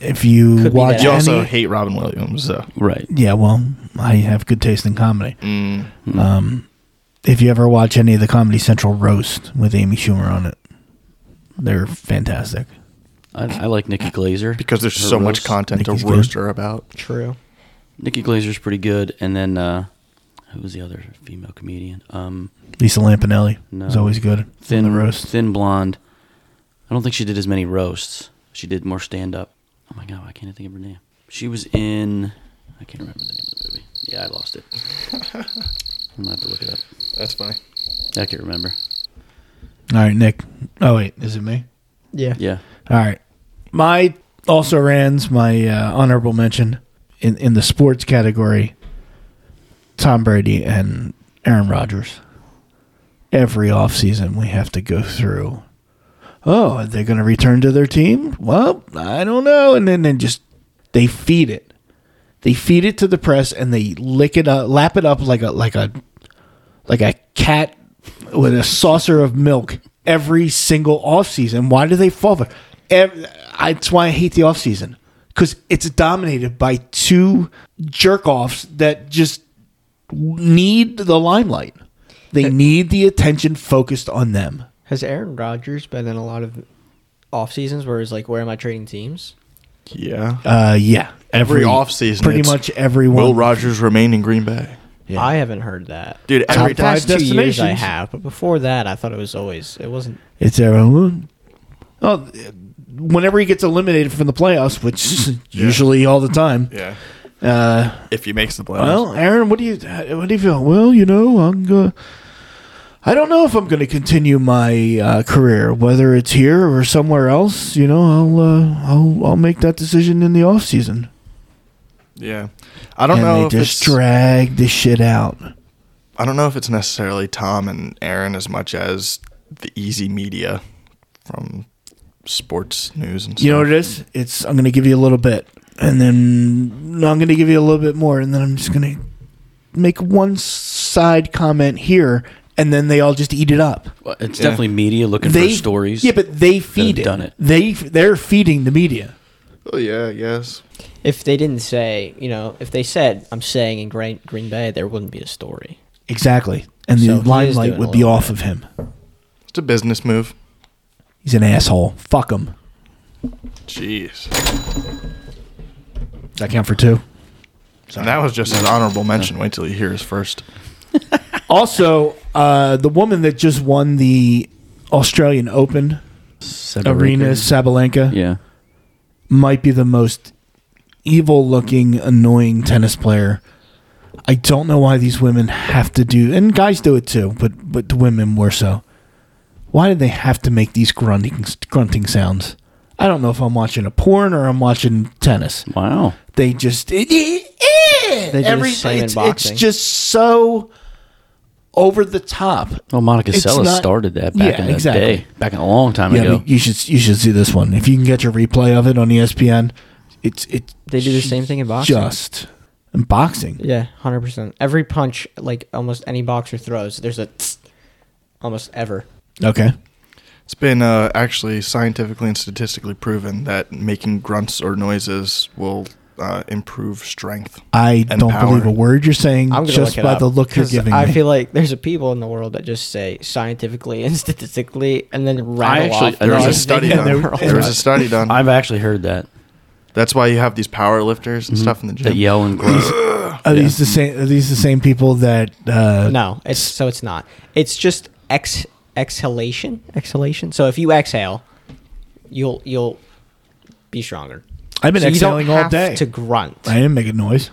S1: if you
S3: Could be
S1: watch
S3: that.
S5: You
S1: any,
S5: also hate Robin Williams, so.
S2: Right.
S1: yeah, well, I have good taste in comedy.
S5: Mm.
S1: Um, If you ever watch any of the Comedy Central roast with Amy Schumer on it, they're fantastic.
S2: I, I like Nikki Glazer
S5: because there's
S2: Her
S5: so much
S2: roast.
S5: content to
S1: Nikki's
S5: roast
S1: good.
S5: her about.
S3: True.
S2: Nikki Glazer's pretty good, and then uh, who was the other female comedian? Um,
S1: Lisa Lampanelli
S2: No.
S1: is always good
S2: thin
S1: on the roast.
S2: thin blonde. I don't think she did as many roasts. She did more stand up. Oh my god, why can't I think of her name? She was in. I can't remember the name of the movie. Yeah, I lost it. I'm gonna have to look it up.
S5: That's funny.
S2: I can't remember.
S1: All right, Nick. Oh wait, is it me?
S3: Yeah.
S2: Yeah,
S1: All right. My also rans my uh, honorable mention in in the sports category. Tom Brady and Aaron Rodgers. Every offseason we have to go through. Oh, are they going to return to their team? Well, I don't know. And then, then just they feed it. They feed it to the press and they lick it up, lap it up like a like a like a cat with a saucer of milk every single offseason. Why do they fall for? Ev- I, that's why I hate the offseason because it's dominated by two jerk offs that just need the limelight.
S5: Eh.
S1: They need the attention focused on them.
S3: Has Aaron Rodgers been in a lot of off seasons where it's like, where am I trading teams?
S5: Yeah.
S1: Uh, yeah,
S5: Every offseason,
S1: pretty
S5: it's
S1: much everyone.
S5: Will Rogers remain in Green Bay?
S1: Yeah.
S3: I haven't heard that.
S5: Dude,
S3: I mean,
S5: every
S3: the past
S1: time-
S3: two years I
S1: Destinations.
S3: have, but before that, I thought it was always it wasn't.
S1: It's everyone. Oh, whenever he gets eliminated from the playoffs, which is usually all the time.
S5: Yeah.
S1: Uh,
S5: If he makes the playoffs.
S1: Well, Aaron, what do you what do you feel? Well, you know, I'm go- I don't know if I'm going to continue my uh, career, whether it's here or somewhere else. You know, I'll uh, I'll I'll make that decision in the off season.
S5: yeah. I don't
S1: and
S5: know
S1: They
S5: if
S1: just
S5: it's,
S1: drag the shit out.
S5: I don't know if it's necessarily Tom and Aaron as much as the easy media from sports news and stuff.
S1: You know what it is? It's I'm going to give you a little bit, and then no, I'm going to give you a little bit more, and then I'm just going to make one side comment here, and then they all just eat it up.
S2: Well, it's
S5: Yeah.
S2: definitely media looking
S1: They
S2: for stories.
S1: Yeah, but they feed it.
S2: done it.
S1: They they're feeding the media.
S5: Oh yeah, yes.
S3: If they didn't say, you know, if they said, "I'm staying in Green Green Bay," there wouldn't be a story.
S1: Exactly. And the
S3: So he is
S1: limelight
S3: doing a
S1: would be
S3: little
S1: off of him.
S5: It's a business move.
S1: He's an asshole. Fuck him.
S5: Jeez.
S1: Does that count for two?
S5: And that was just an honorable mention. Wait till you hear his first.
S1: Also, uh, the woman that just won the Australian Open,
S2: Severin-
S1: Arena Sabalenka,
S2: Yeah,
S1: might be the most evil looking, annoying tennis player. I don't know why these women have to do, and guys do it too, but but the women more so. Why do they have to make these grunting grunting sounds? I don't know if I'm watching a porn or I'm watching tennis.
S2: wow.
S1: they just it, it, it,
S3: They do the
S1: every-
S3: same in
S1: it's,
S3: boxing.
S1: it's just so over the top.
S2: Well, Monica
S1: It's
S2: Seles
S1: not-
S2: started that back
S1: Yeah,
S2: in the
S1: exactly.
S2: day, back in a long time
S1: Yeah,
S2: ago.
S1: but you should you should see this one if you can get your replay of it on E ESPN. It's it.
S3: They do the same thing in boxing.
S1: Just in boxing.
S3: Yeah, hundred percent. Every punch, like almost any boxer throws, there's a tss, almost ever.
S1: Okay.
S5: It's been uh, actually scientifically and statistically proven that making grunts or noises will uh, improve strength.
S1: I
S5: And
S1: don't
S5: power.
S1: believe a word you're saying
S3: I'm gonna
S1: just
S3: look it
S1: by
S3: up,
S1: the look you're
S3: 'cause
S1: giving
S3: I
S1: me.
S3: feel like there's a people in the world that just say scientifically and statistically, and then rattle
S2: actually-
S3: off.
S2: there was a
S3: everything
S5: study
S3: in the
S5: done.
S3: world.
S5: There was a study done.
S2: I've actually heard that
S5: That's why you have these power lifters and stuff in Mm-hmm. the
S2: that
S5: gym.
S2: yell and grunt.
S1: are these the same? Are these the same people that? Uh,
S3: No, it's so it's not. It's just ex exhalation, exhalation. So if you exhale, you'll you'll be stronger.
S1: I've been
S3: So you don't
S1: exhaling all
S3: have
S1: day.
S3: to grunt.
S1: I didn't make a noise.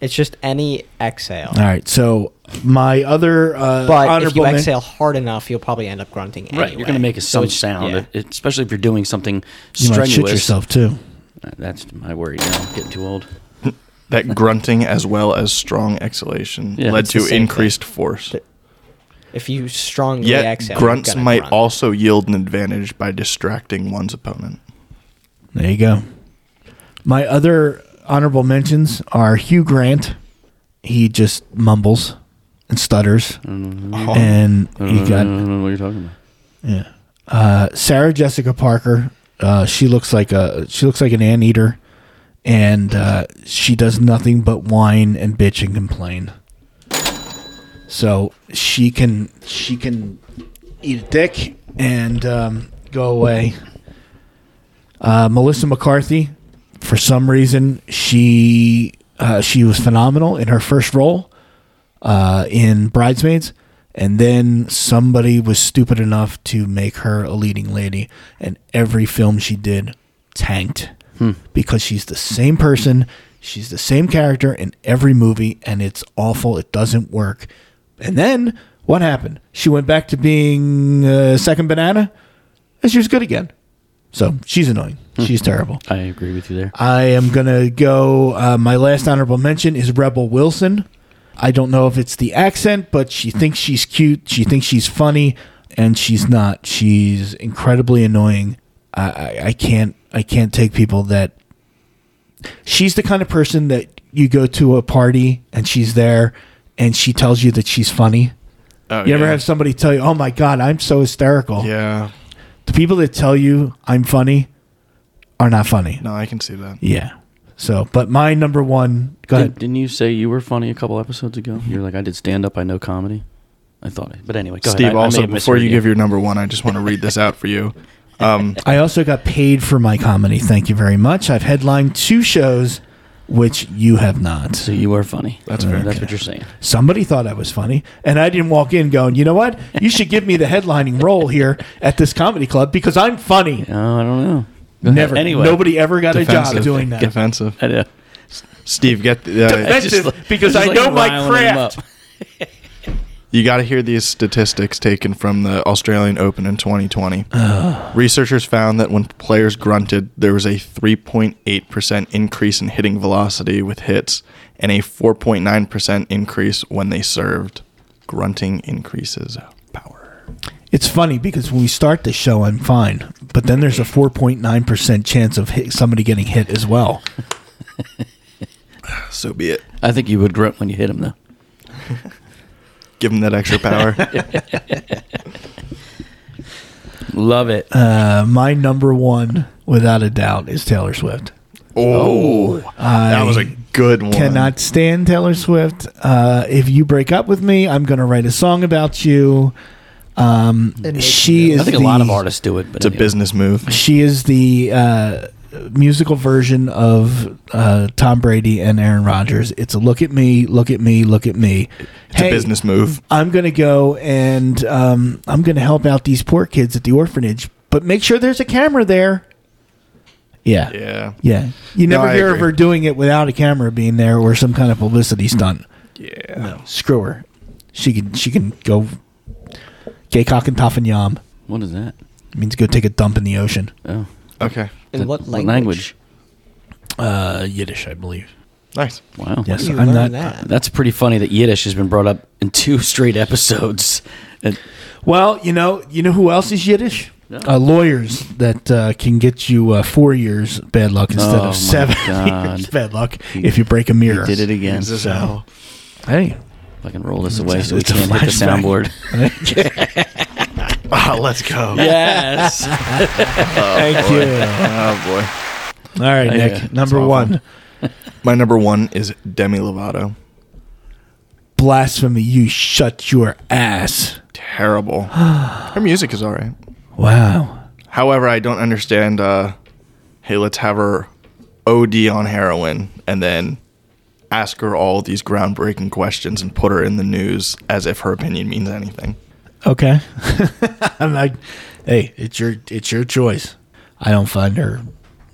S3: It's just any exhale.
S1: All right. So my other uh,
S3: But if
S1: honorable
S3: you
S1: men-
S3: exhale hard enough, you'll probably end up grunting anyway.
S2: Right, you're going to make a
S3: So
S2: some
S3: it's-
S2: sound,
S3: yeah.
S2: it- especially if you're doing something
S1: you might
S2: strenuous.
S1: shit yourself too.
S2: Uh, That's my worry now. Getting too old.
S5: That grunting as well as strong exhalation
S2: Yeah,
S5: led
S2: it's the
S5: to
S3: same
S5: increased force.
S3: If you strongly
S5: Yet
S3: exhale, you're
S5: grunts
S3: gonna
S5: might
S3: grunt.
S5: also yield an advantage by distracting one's opponent.
S1: There you go. My other honorable mentions are Hugh Grant. He just mumbles and stutters, and you
S2: I
S1: got
S2: don't know what you're talking about.
S1: yeah. Uh, Sarah Jessica Parker. Uh, she looks like a she looks like an anteater, and uh, she does nothing but whine and bitch and complain. So she can she can eat a dick and um, go away. Uh, Melissa McCarthy, for some reason, she uh, she was phenomenal in her first role uh, in Bridesmaids, and then somebody was stupid enough to make her a leading lady, and every film she did tanked because she's the same person, she's the same character in every movie, and it's awful. It doesn't work. And then what happened? She went back to being uh, second banana, and she was good again. So she's annoying. She's terrible.
S2: I agree with you there.
S1: I am going to go. Uh, my last honorable mention is Rebel Wilson. I don't know if it's the accent, but she thinks she's cute. She thinks she's funny, and she's not. She's incredibly annoying. I, I, I can't. I can't take people that. She's the kind of person that you go to a party and she's there, and she tells you that she's funny.
S5: Oh,
S1: you ever
S5: yeah.
S1: have somebody tell you, "Oh my god, I'm so hysterical."
S5: Yeah.
S1: The people that tell you I'm funny are not funny.
S5: No, I can see that.
S1: Yeah. So, but my number one. Go
S2: Did,
S1: ahead.
S2: didn't you say you were funny a couple episodes ago? You're like, I did stand up. I know comedy. I thought, but anyway, go
S5: Steve,
S2: ahead. I- I may
S5: also,
S2: have
S5: before you
S2: misheard
S5: give your number one, I just want to read this out for you. Um,
S1: I also got paid for my comedy. Thank you very much. I've headlined two shows, which you have not.
S2: so you are funny.
S5: That's
S2: Uh,
S5: fair.
S2: That's what you're saying.
S1: Somebody thought I was funny, and I didn't walk in going, you know what? You should give me the headlining role here at this comedy club because I'm funny.
S2: Oh, I don't know. Go ahead.
S1: Never.
S2: Anyway,
S1: Nobody ever got a job
S5: defensive.
S1: doing that.
S5: Defensive.
S2: I know.
S5: Steve, get the, uh,
S1: Defensive because I know my
S2: riling him
S1: craft.
S2: up.
S5: you got to hear these statistics taken from the Australian Open in 2020. Researchers found that when players grunted, there was a 3.8% increase in hitting velocity with hits and a 4.9% increase when they served. Grunting increases power.
S1: It's funny because when we start the show, I'm fine, but then there's a 4.9% chance of hit, somebody getting hit as well.
S5: So be it.
S2: I think you would grunt when you hit him, though.
S5: Give them that extra power.
S2: Love it.
S1: Uh, my number one, without a doubt, is Taylor Swift.
S5: oh, that was a good one.
S1: Cannot stand Taylor Swift. Uh, if you break up with me, I'm going to write a song about you. Um, she is.
S2: I think a
S1: the-
S2: lot of artists do it, but
S5: It's a
S2: anyway.
S5: business move.
S1: She is the uh, musical version of uh, Tom Brady and Aaron Rodgers. It's a look at me, look at me, look at me.
S5: It's a business move.
S1: I'm going to go and um, I'm going to help out these poor kids at the orphanage, but make sure there's a camera there. Yeah.
S5: Yeah.
S1: Yeah. You
S5: No,
S1: never
S5: I
S1: hear of
S5: agree. Hmm.
S1: her doing it without a camera being there or some kind of publicity stunt.
S5: Yeah.
S1: No. Screw her. She can she can go gay cock and tough and yam.
S2: What is that?
S1: It means go take a dump in the ocean.
S2: Oh,
S5: Okay.
S3: In what language?
S1: Uh, Yiddish, I believe.
S5: Nice.
S2: Wow.
S1: Yes,
S3: Do you
S1: I'm
S3: learn
S1: not. uh,
S3: that?
S2: That's pretty funny that Yiddish has been brought up in two straight episodes. And
S1: Well, you know, you know who else is Yiddish? Uh, lawyers that uh, can get you uh, four years bad luck instead
S2: Oh, my
S1: of seven
S2: God.
S1: years bad luck if you break a mirror.
S2: did it again.
S5: Jesus,
S1: So-
S5: hell.
S1: Hey,
S2: I can roll this away so we
S1: it's a
S2: can't hit the
S1: flashback.
S2: soundboard.
S5: Ah, let's go.
S2: yes.
S1: thank you.
S5: Oh
S1: All right,
S2: Yeah,
S1: Nick,
S2: uh, it's
S1: number
S5: awful.
S1: one,
S5: boy. My number one is Demi Lovato.
S1: blasphemy. You shut your ass.
S5: Terrible. Her music is all right.
S1: Wow.
S5: However, I don't understand. Uh, hey, let's have her OD on heroin and then ask her all these groundbreaking questions and put her in the news as if her opinion means anything.
S1: Okay. I'm like, hey, it's your it's your choice. I don't find her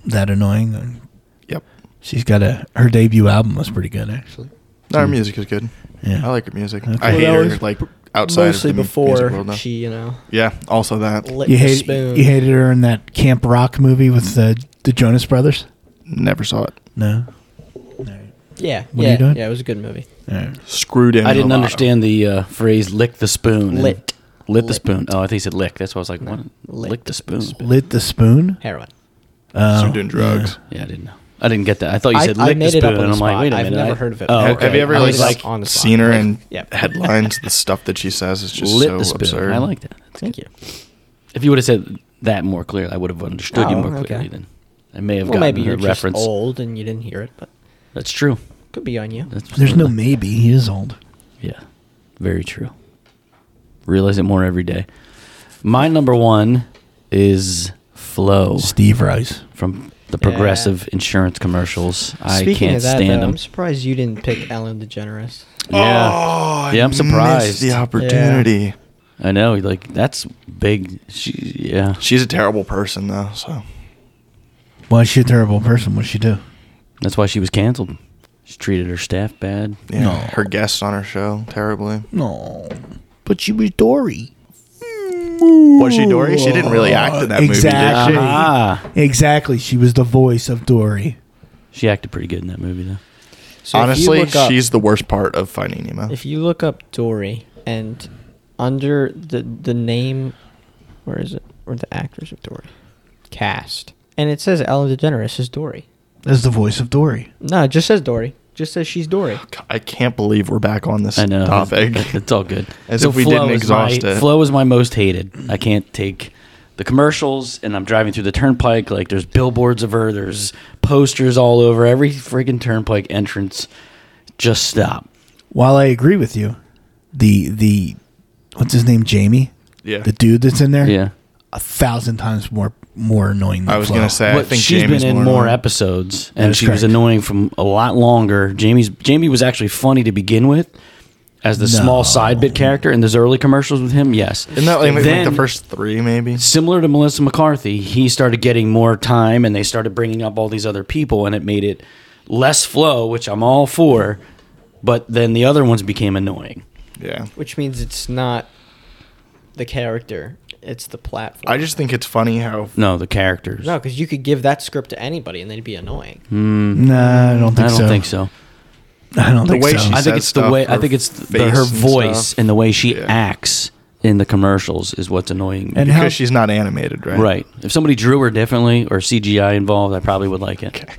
S1: that annoying.
S5: Yep.
S1: She's got a her debut album was pretty good actually.
S5: No, her music is good.
S1: Yeah.
S5: I like her music.
S1: Okay.
S5: I
S1: Well,
S5: hate
S1: that
S5: her
S1: was
S5: like outside
S3: Mostly
S5: of the mu- music world,
S3: before
S5: though.
S3: she, you know,
S5: yeah, also that.
S3: lit
S1: You
S3: the
S1: hate
S3: spoon.
S1: you hated her in that Camp Rock movie with the the Jonas Brothers.
S5: Never saw it.
S1: No,
S3: yeah,
S1: What are
S3: yeah,
S1: you doing?
S3: yeah. It was a good movie.
S5: Screwed in.
S2: I didn't
S5: Lovato.
S2: understand the uh, phrase "lick the spoon." and-
S3: Lit.
S2: Lit the
S3: Lit.
S2: spoon. Oh, I think he said lick. That's why I was like, what?
S3: Lit
S2: Lick the spoon.
S1: lit the spoon.
S3: Heroin.
S5: So
S1: Oh,
S5: doing drugs.
S2: Yeah, I didn't know. I didn't get that. I thought you
S3: I-
S2: said
S3: I
S2: lick the
S3: made it
S2: spoon.
S3: up on
S2: and
S3: the
S2: I'm like,
S3: spot.
S2: wait a
S3: I've
S2: minute.
S3: never
S2: I-
S3: heard of it.
S2: Oh,
S5: Ha-
S2: okay.
S5: Have you ever
S3: I
S5: like,
S3: was up on the spot.
S5: seen her in
S3: Yeah.
S5: headlines? the stuff that she says is just
S2: lit
S5: so
S2: the spoon?
S5: absurd.
S2: I like that.
S3: Thank you.
S2: If you would have said that more clearly, I would have understood you
S3: Oh,
S2: more
S3: okay.
S2: clearly. Then I may have
S3: Well,
S2: gotten
S3: maybe
S2: your
S3: you're
S2: reference.
S3: just old and you didn't hear it, but
S2: That's true.
S3: could be on you.
S2: That's
S1: There's no maybe. He is old.
S2: Yeah. Very true. Realize it more every day. My number one is Flow
S1: Steve Rice.
S2: from the Progressive insurance commercials. I
S3: Speaking
S2: can't
S3: of that,
S2: stand
S3: though,
S2: them.
S3: I'm surprised you didn't pick Ellen DeGeneres.
S2: Yeah,
S5: Oh,
S2: Yeah, I'm
S5: I
S2: surprised.
S5: missed the opportunity.
S2: I know. Like that's big. She, yeah,
S5: She's a terrible person though, so
S1: Why is she a terrible person? What'd she do?
S2: that's why she was canceled. She treated her staff bad.
S5: yeah,
S1: No.
S5: her guests on her show terribly.
S1: No. But she was Dory.
S5: Was she Dory? She didn't really act in that
S1: Exactly.
S5: movie, did she?
S2: Ah,
S1: Exactly. She was the voice of Dory.
S2: she acted pretty good in that movie though.
S3: So if you
S5: Honestly,
S3: look up-
S5: she's the worst part of Finding Nemo.
S3: If you look up Dory and under the the name, where is it? Or the actors of Dory, cast, and it says Ellen DeGeneres is Dory.
S1: As the voice of Dory.
S3: No, it just says Dory. Just says she's Dory.
S5: I can't believe we're back on this
S2: I know.
S5: topic.
S2: It's, it's all good.
S5: As if we didn't
S2: is
S5: exhaust
S2: my,
S5: it.
S2: Flow is my most hated. I can't take the commercials, and I'm driving through the turnpike. Like there's billboards of her. There's posters all over every friggin' turnpike entrance. Just stop.
S1: While I agree with you, the the what's his name, Jamie?
S5: Yeah.
S1: The dude that's in there?
S2: Yeah.
S1: A thousand times more more annoying than
S5: I was
S1: Flo.
S5: gonna say I
S2: But
S5: think
S2: she's
S5: Jamie's
S2: been in more,
S5: annoying.
S2: episodes,
S1: That
S2: and
S1: is
S2: she was
S1: correct.
S2: annoying from a lot longer. Jamie's Jamie was actually funny to begin with, as the
S1: No.
S2: small side bit character in those early commercials with him. Yes,
S5: Isn't that like, like the
S2: Then-
S5: first three maybe?
S2: similar to Melissa McCarthy, he started getting more time and they started bringing up all these other people and it made it less flow, which I'm all for, but then the other ones became annoying.
S5: Yeah.
S3: Which means it's not the character; it's the platform.
S5: I just think it's funny how
S2: No, the characters.
S3: no, because you could give that script to anybody and they'd be annoying.
S2: Hmm.
S1: Nah, I don't think
S2: I don't
S1: so.
S2: think so.
S1: I don't
S5: The
S1: think
S5: way
S1: so.
S5: she
S2: I think
S5: says
S2: it's the
S5: stuff,
S2: way I
S5: her
S2: think it's the,
S5: face
S2: her
S5: and
S2: voice
S5: stuff.
S2: and the way she
S5: Yeah.
S2: acts in the commercials is what's annoying me.
S1: And how-
S5: because she's not animated, right?
S2: right. If somebody drew her differently or CGI involved, I probably would like it.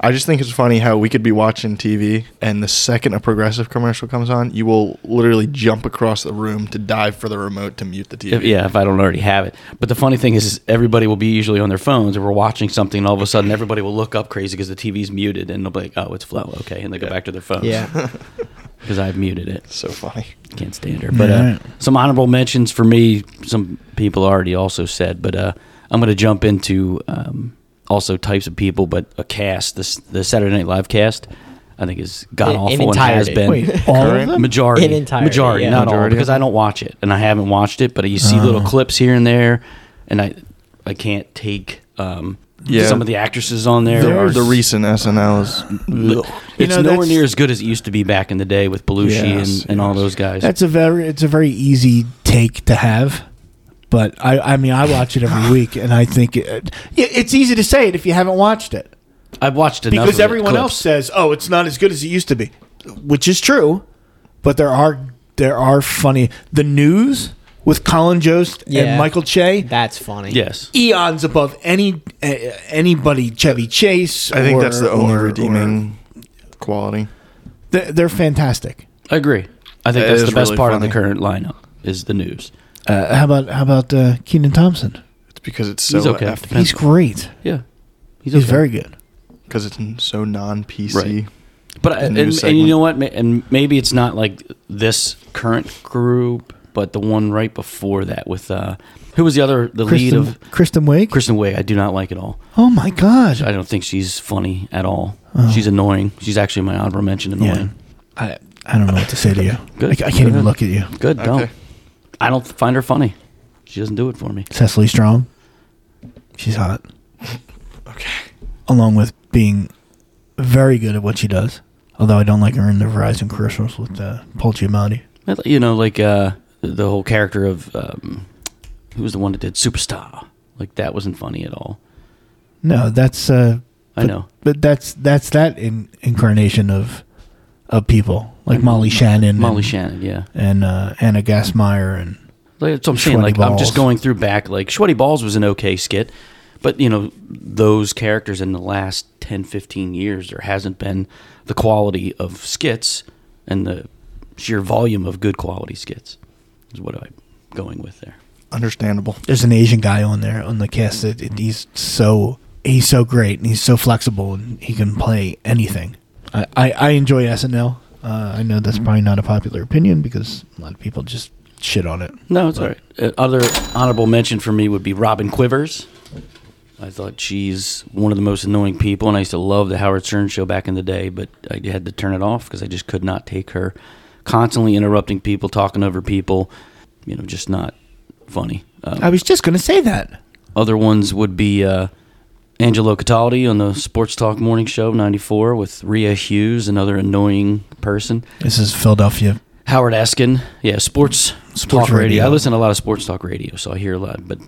S5: I just think it's funny how we could be watching TV and the second a progressive commercial comes on, you will literally jump across the room to dive for the remote to mute the TV.
S2: If, yeah, if I don't already have it. But the funny thing is, is everybody will be usually on their phones, and we're watching something, and all of a sudden, everybody will look up crazy because the TV's muted, and they'll be like, "Oh, it's Flo, okay," and they go back to their phones.
S3: Yeah.
S2: because I've muted it.
S5: So funny.
S2: Can't stand her. But uh,
S1: Alright.
S2: some honorable mentions for me. Some people already also said, but uh, I'm going to jump into um, also types of people, but a cast. This the Saturday Night Live cast, I think is god awful
S3: in
S2: and has
S3: entirety.
S2: been.
S1: Wait, all of
S5: Current?
S1: them?
S2: Majority,
S3: In entirety,
S2: majority,
S3: yeah.
S2: not all,
S5: Majority of
S2: because I don't watch it, and I haven't watched it. But you see little clips here and there, and I, I can't take um,
S5: Yeah.
S2: some of the actresses on there.
S5: Or
S2: are
S5: the
S2: s-
S5: recent SNLs.
S2: li-
S1: You
S2: it's
S1: know,
S2: nowhere
S1: that's-
S2: near as good as it used to be back in the day with Belushi
S5: Yes,
S2: and, and all
S5: yes.
S2: those guys.
S1: That's a very it's a very easy take to have. But I, I mean, I watch it every week, and I think it, yeah, it's easy to say it if you haven't watched it
S2: I've watched enough
S1: because
S2: of it,
S1: everyone
S2: clips.
S1: else says, "Oh, it's not as good as it used to be," which is true. But there are there are funny the news with Colin Jost
S3: Yeah.
S1: and Michael Che
S3: That's funny.
S2: Yes,
S1: eons above any uh, anybody Chevy Chase.
S5: I think
S1: or-
S5: that's the only
S1: or- or-
S5: redeeming quality.
S1: they're, they're fantastic.
S2: I agree. I think
S5: It
S2: that's
S5: is
S2: the best
S5: really
S2: part of
S5: funny.
S2: the current lineup is the news.
S1: Uh, how about how about uh, Keenan Thompson?
S5: It's because it's
S2: He's
S5: so
S2: okay.
S5: eff-
S1: He's great.
S2: Yeah, he's,
S1: He's
S2: okay.
S1: very good.
S5: because it's n- so non PC.
S2: Right. But I-
S5: the
S2: and,
S5: news
S2: and you
S5: segment.
S2: know what? Ma- And maybe it's not like this current group, but the one right before that with uh, who was the other the lead
S1: Kristen,
S2: of
S1: Kristen Wiig.
S2: Kristen Wiig. I do not like at all.
S1: oh my god!
S2: I don't think she's funny at all. She's annoying. She's actually my honorable mention annoying.
S1: I I don't know what to say to you.
S2: Good.
S1: I, I can't even
S2: Good.
S1: look at you.
S2: Good, don't.
S5: Okay.
S2: I don't find her funny. She doesn't do it for me.
S1: Cecily Strong. She's hot,
S5: Okay.
S1: along with being very good at what she does. Although I don't like her in the Verizon commercials with uh, Paul Giamatti.
S2: I th- You know, like uh, the whole character of um, who was the one that did Superstar. Like that wasn't funny at all.
S1: No, that's uh,
S2: I know.
S1: but that's that's that in, incarnation of of people like Molly Shannon,
S2: Mm-hmm. Molly
S1: and,
S2: Shannon, yeah.
S1: and uh, Anna Gassmeyer, and
S2: Like, That's what I'm saying.
S1: Schwetty
S2: Like I'm
S1: Balls.
S2: just going through back. Like Sweaty Balls was an okay skit, but you know those characters in the last 10, 15 years, there hasn't been the quality of skits and the sheer volume of good quality skits. Is what I'm going with there.
S5: Understandable.
S1: there's an Asian guy on there on the cast that and he's so he's so great and he's so flexible and he can play anything. I I, I enjoy SNL. Uh, I know
S2: Mm-hmm.
S1: that's probably not a popular opinion because a lot of people just shit on it.
S2: No, it's all right. Uh, Other honorable mention for me would be Robin Quivers. I thought she's one of the most annoying people, and I used to love the Howard Stern show back in the day, but I had to turn it off because I just could not take her constantly interrupting people, talking over people. You know, just not funny. Um,
S1: I was just going to say that.
S2: other ones would be uh, Angelo Cataldi on the Sports Talk Morning Show '94 with Rhea Hughes, another annoying person.
S1: This is Philadelphia.
S2: Howard Eskin, yeah, sports,
S1: Sports
S2: talk radio.
S1: radio.
S2: I listen to a lot of sports talk radio, so I hear a lot. But